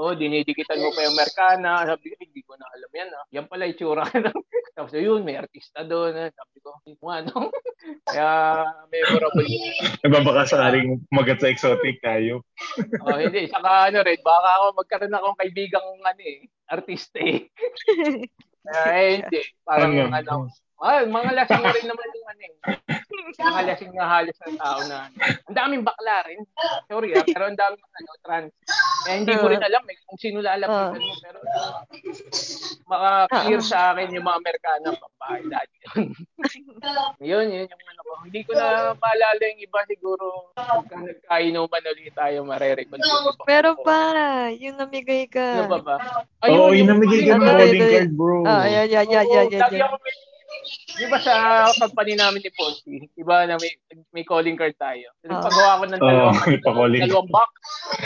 Oh, dinidikitan mo pa yung Mercana. Sabi ko, hindi ko na alam yan. Ah. Yan pala itsura ka lang. Tapos yun, may artista doon. ah. Sabi ko, "Hindi ko ano. Kaya memorable yun. Nagbabakasaring magat sa exotic tayo. Oh, hindi. Saka ano rin, baka ako magkaroon akong kaibigang ano eh, artista eh. Kaya hindi. Parang Ano? ano. Ah, mga lasing rin naman yung ano eh. halasing na halos ng tao na ano. ang daming bakla rin. Sorry ah, pero ang daming ano, trans. Eh, hindi ko rin alam eh, kung sino lalapitan mo. Pero uh, maka-clear Oo. sa akin yung mga Amerikana babae dati yun. yun, yun yung ano ko. Hindi ko na maalala yung iba siguro. Pagka nagkainuman ulit tayo, marerecon ko yung iba. Meron pa. Yung namigay ka. Ano ba ba? Oo, yung namigay ka ng Ano, holding ano, card, bro. Ah, yan, yan, yan, Oo, yan, yan, sabi yan. ako, may- Di ba sa company namin ni Ponzi, di ba na may, may calling card tayo? Oo. Nagpagawa ko ng Oo, dalawang, may pa-calling. dalawang box.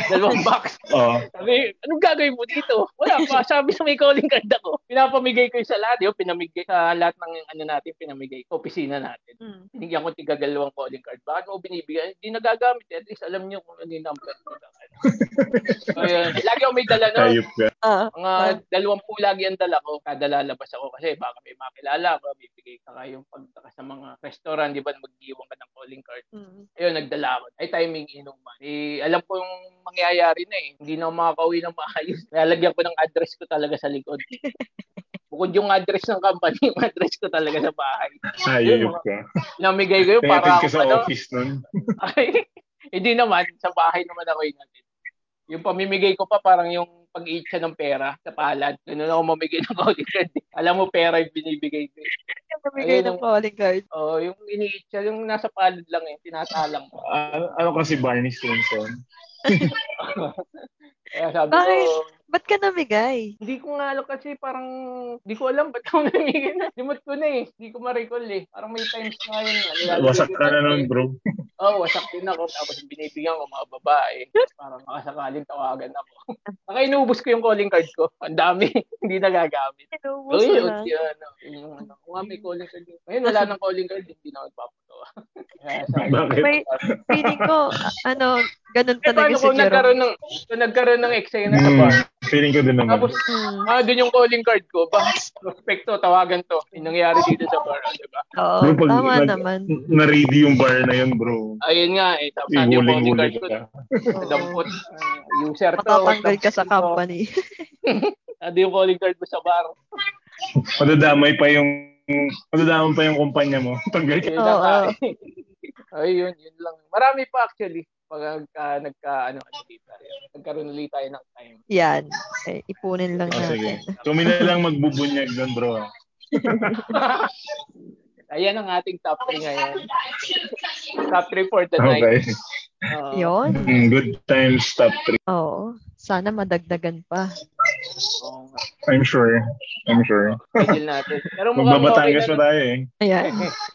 Dalawang box. Oo. Sabi, anong gagawin mo dito? Wala pa. Sabi na may calling card ako. Pinapamigay ko yung sa lahat. Yung pinamigay sa lahat ng ano natin, pinamigay ko, opisina natin. Mm. Binigyan ko tigagalawang calling card. Bakit mo binibigyan? Hindi nagagamit. eh. At least alam niyo kung ano yung number. ko. so, yun. Lagi ako may dala nun. Tayop ka. Ah, Mga dalawang po lagi ang dala ko. Kada lalabas ako kasi baka may makilala ka, may bigay ka kayong pagtaka sa mga restaurant, di ba, mag-iwan ka ng calling card. mm. Ayun, nagdala ako. Ay, timing inuman. Eh, alam ko yung mangyayari na eh. Hindi na ako makakauwi ng maayos. Nalagyan ko ng address ko talaga sa likod. Bukod yung address ng company, yung address ko talaga sa bahay. Tayop ka. Namigay ko yun para Pinatid ka ako, sa ano, office nun. ay, hindi naman. Sa bahay naman ako inatid. Yung pamimigay ko pa parang yung pag-iitsa ng pera sa palad. Ganun ako mamigay ng calling card. Alam mo, pera yung binibigay ko. Yung namigay Ayun, ng calling card. Oh, yung iniitsa, yung nasa palad lang eh, tinatalang ko. Ano, ano kasi Barney Stinson? Kaya sabi Bakit? ko, Ba't ka namigay? hindi ko nga alam kasi parang, hindi ko alam ba't ako namigay na. Limot ko na eh, hindi ko ma-recall eh. Parang may times na yun. Ano, lalo Wasak yung- ka na nun, bro. Oo, oh, wasak din ako. Tapos binibigyan ko mga babae. Para makasakaling tawagan ako. Baka inubos ko yung calling card ko. Ang dami. hindi nagagamit. Inubos Oo, mo yun. na. yun, ano, yung ano. Kung nga may calling card. yun. Ngayon, wala nang calling card. Hindi na ako nagpapagawa. Kaya sa Bakit? May feeling ko, ah, ano, Eh, ganun talaga paano kung si Jerome. nagkaroon ng, kung nagkaroon ng eksena sa bar? Hmm, feeling ko din naman. Tapos, Mm. ah, dun yung calling card ko. Ba, prospect to, tawagan to. Yung nangyari dito sa bar, di ba? Oo, Bro, pag tama nag- naman. Na-ready yung bar na yun, bro. Ayun nga eh. Tapos, saan yung calling card Iguling-guling ko? ka. Oo. Dampot. ah, User to. Matatanggal ka sa tapos, company. Ano yung calling card mo sa bar? Madadamay pa yung madadamay pa yung kumpanya mo. Tanggal ka. Yun lang Oo. nga eh. Ayun, yun lang. Marami pa actually. Pag nagka, nagka ano, ano dito tayo. Nagkaroon ulit tayo ng time. Yan. Eh, ipunin lang Ah, sige. natin. Kami na lang magbubunyag doon, bro. ah. Ayan ang ating top 3 ngayon. Top 3 for the night. Okay. Oo. Yun. Mm, good times, top 3. Oo. Sana madagdagan pa. Oo nga. I'm sure. I'm sure. Schedule natin. Pero mukhang okay na, Magbabatangas pa tayo eh. Ayan.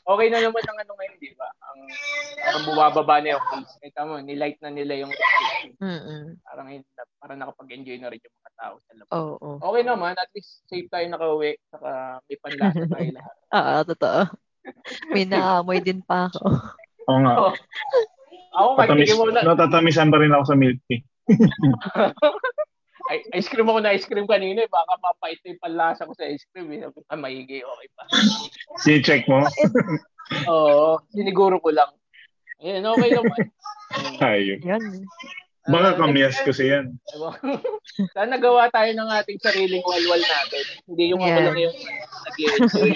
okay na naman ang ano ngayon, di ba? Ang, ang bumababa na yung case. Kita mo, nilight na nila yung case. Mm-mm. Parang, parang nakapag-enjoy na rin yung mga tao sa labas. Oo. Okay naman, at least safe tayo nakauwi. Saka may panlasa tayo lahat. Ah, totoo. May naamoy din pa ako. Oo nga. Oo. Ako, Tatamis, mo na. natatamisan pa rin ako sa milk tea. Ay, ice cream ako na ice cream kanina. eh. Baka papait na yung panlasa ko sa ice cream. Eh. Sabi ko, Ah, maigi, okay pa. Sine-check mo? Oo, siniguro ko lang. Ayan, okay naman. Ayun. Yan. Ah, Baka kamyas kasi yan. Ewan ko. Sana gawa tayo ng ating sariling walwal natin. Hindi yung ako Yeah. lang yung nag-i-enjoy.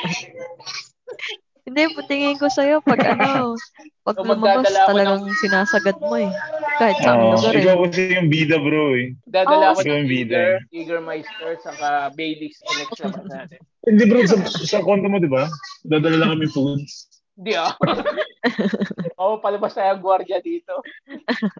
Hindi, patingin ko sa'yo pag ano, pag So, lumabas, magdadala ako talagang sinasagad mo eh. Kahit sa Oo. lugar Ikaw eh. kasi yung bida, bro eh. Dadala Oh, ko ng Yung bida. Eager, Eager Meister, saka Bailey's na next naman natin. Hindi bro, sa, sa konto mo, di ba? Dadala lang kami foods. Hindi ah. Oo, palabas tayo ang gwardiya dito.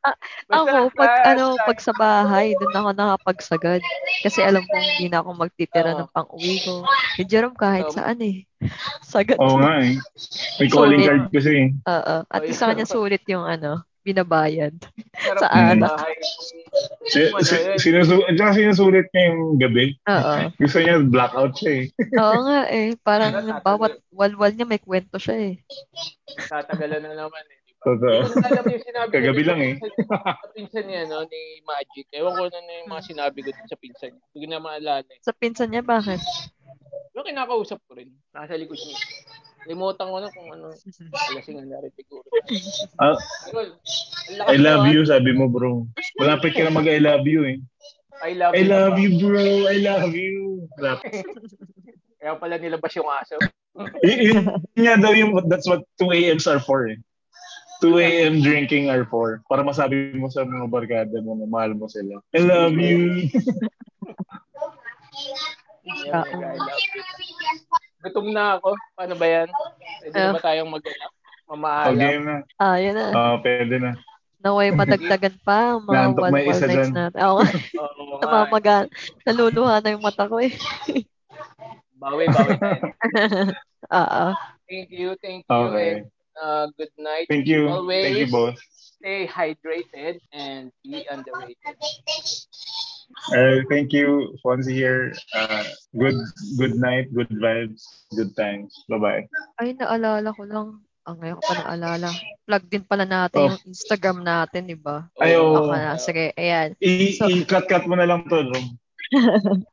Ah, Basta, Ako, pag ah, ano, sa- pag sa bahay, doon ako nakapagsagad. Kasi alam kong hindi na ako magtitira Oo. ng pang-uwi ko. Si Jerome kahit Oo. saan eh. Sagad. Oo. Oo nga eh. May calling Sulit. card kasi eh. At Oo, isa yun. kanya sulit yung ano, binabayad. Sarap sa ano, ng anak. bahay. Si, Ano si, yun? sinusu- at saka sinusulit niya yung gabi. Oo. Gusto niya blackout siya eh. Oo nga eh. Parang Ano, tatagal. bawat walwal niya may kwento siya eh. Tatagalan na naman eh. di ba? Hindi Totoo. ko na alam yung sinabi ko dun Kagabi sa lang eh. pinsan- Sa pinsan niya, no, ni Magic. Ewan ko na ano yung mga sinabi ko dun sa pinsan niya. Hindi ko na maalala eh. Sa pinsan niya, bakit? Yung kinakausap ko rin. Nasa likod niya. Limutan ko na kung ano. Alasing na rin siguro. Ah, Ayun. Ang lakas I love ko, you, sabi mo bro. Malapit ka na mag-I love you eh. ah. I love I you. love pa. you bro, I love you. Malapit. Kaya pala nilabas yung aso. Y- yun nga daw yung, that's what 2 a.m.s are for eh. 2 a.m. drinking are for. Para masabi mo sa mga barkada mo na mahal mo sila. I love you. Yeah, Oo. I love it. Gutom na ako. Paano ba yan? Pwede na ba tayong mag-alap? Mamaalam. okay na. Ah, yun na. Ah, pwede na. Naway madagdagan pa ang mga Nantok one may more isa nights dyan. natin. Oo, Oo nga. namamaga. Naluluha na yung mata ko eh. Bawi, bawi tayo. Oo. Thank you, thank you, Okay. and uh, good night. Thank you. Always. Thank you both. Stay hydrated and be underrated. Uh, thank you, Fonzie here. Uh, good good night, good vibes, good times. Bye-bye. Ay, naalala ko lang. Ang ngayon ko pa naalala. Plug din pala natin Oh. yung Instagram natin, di ba? Ay, Ako oo. uh, na, sige. Ayan. I- So- I-cut-cut mo na lang to, Rom.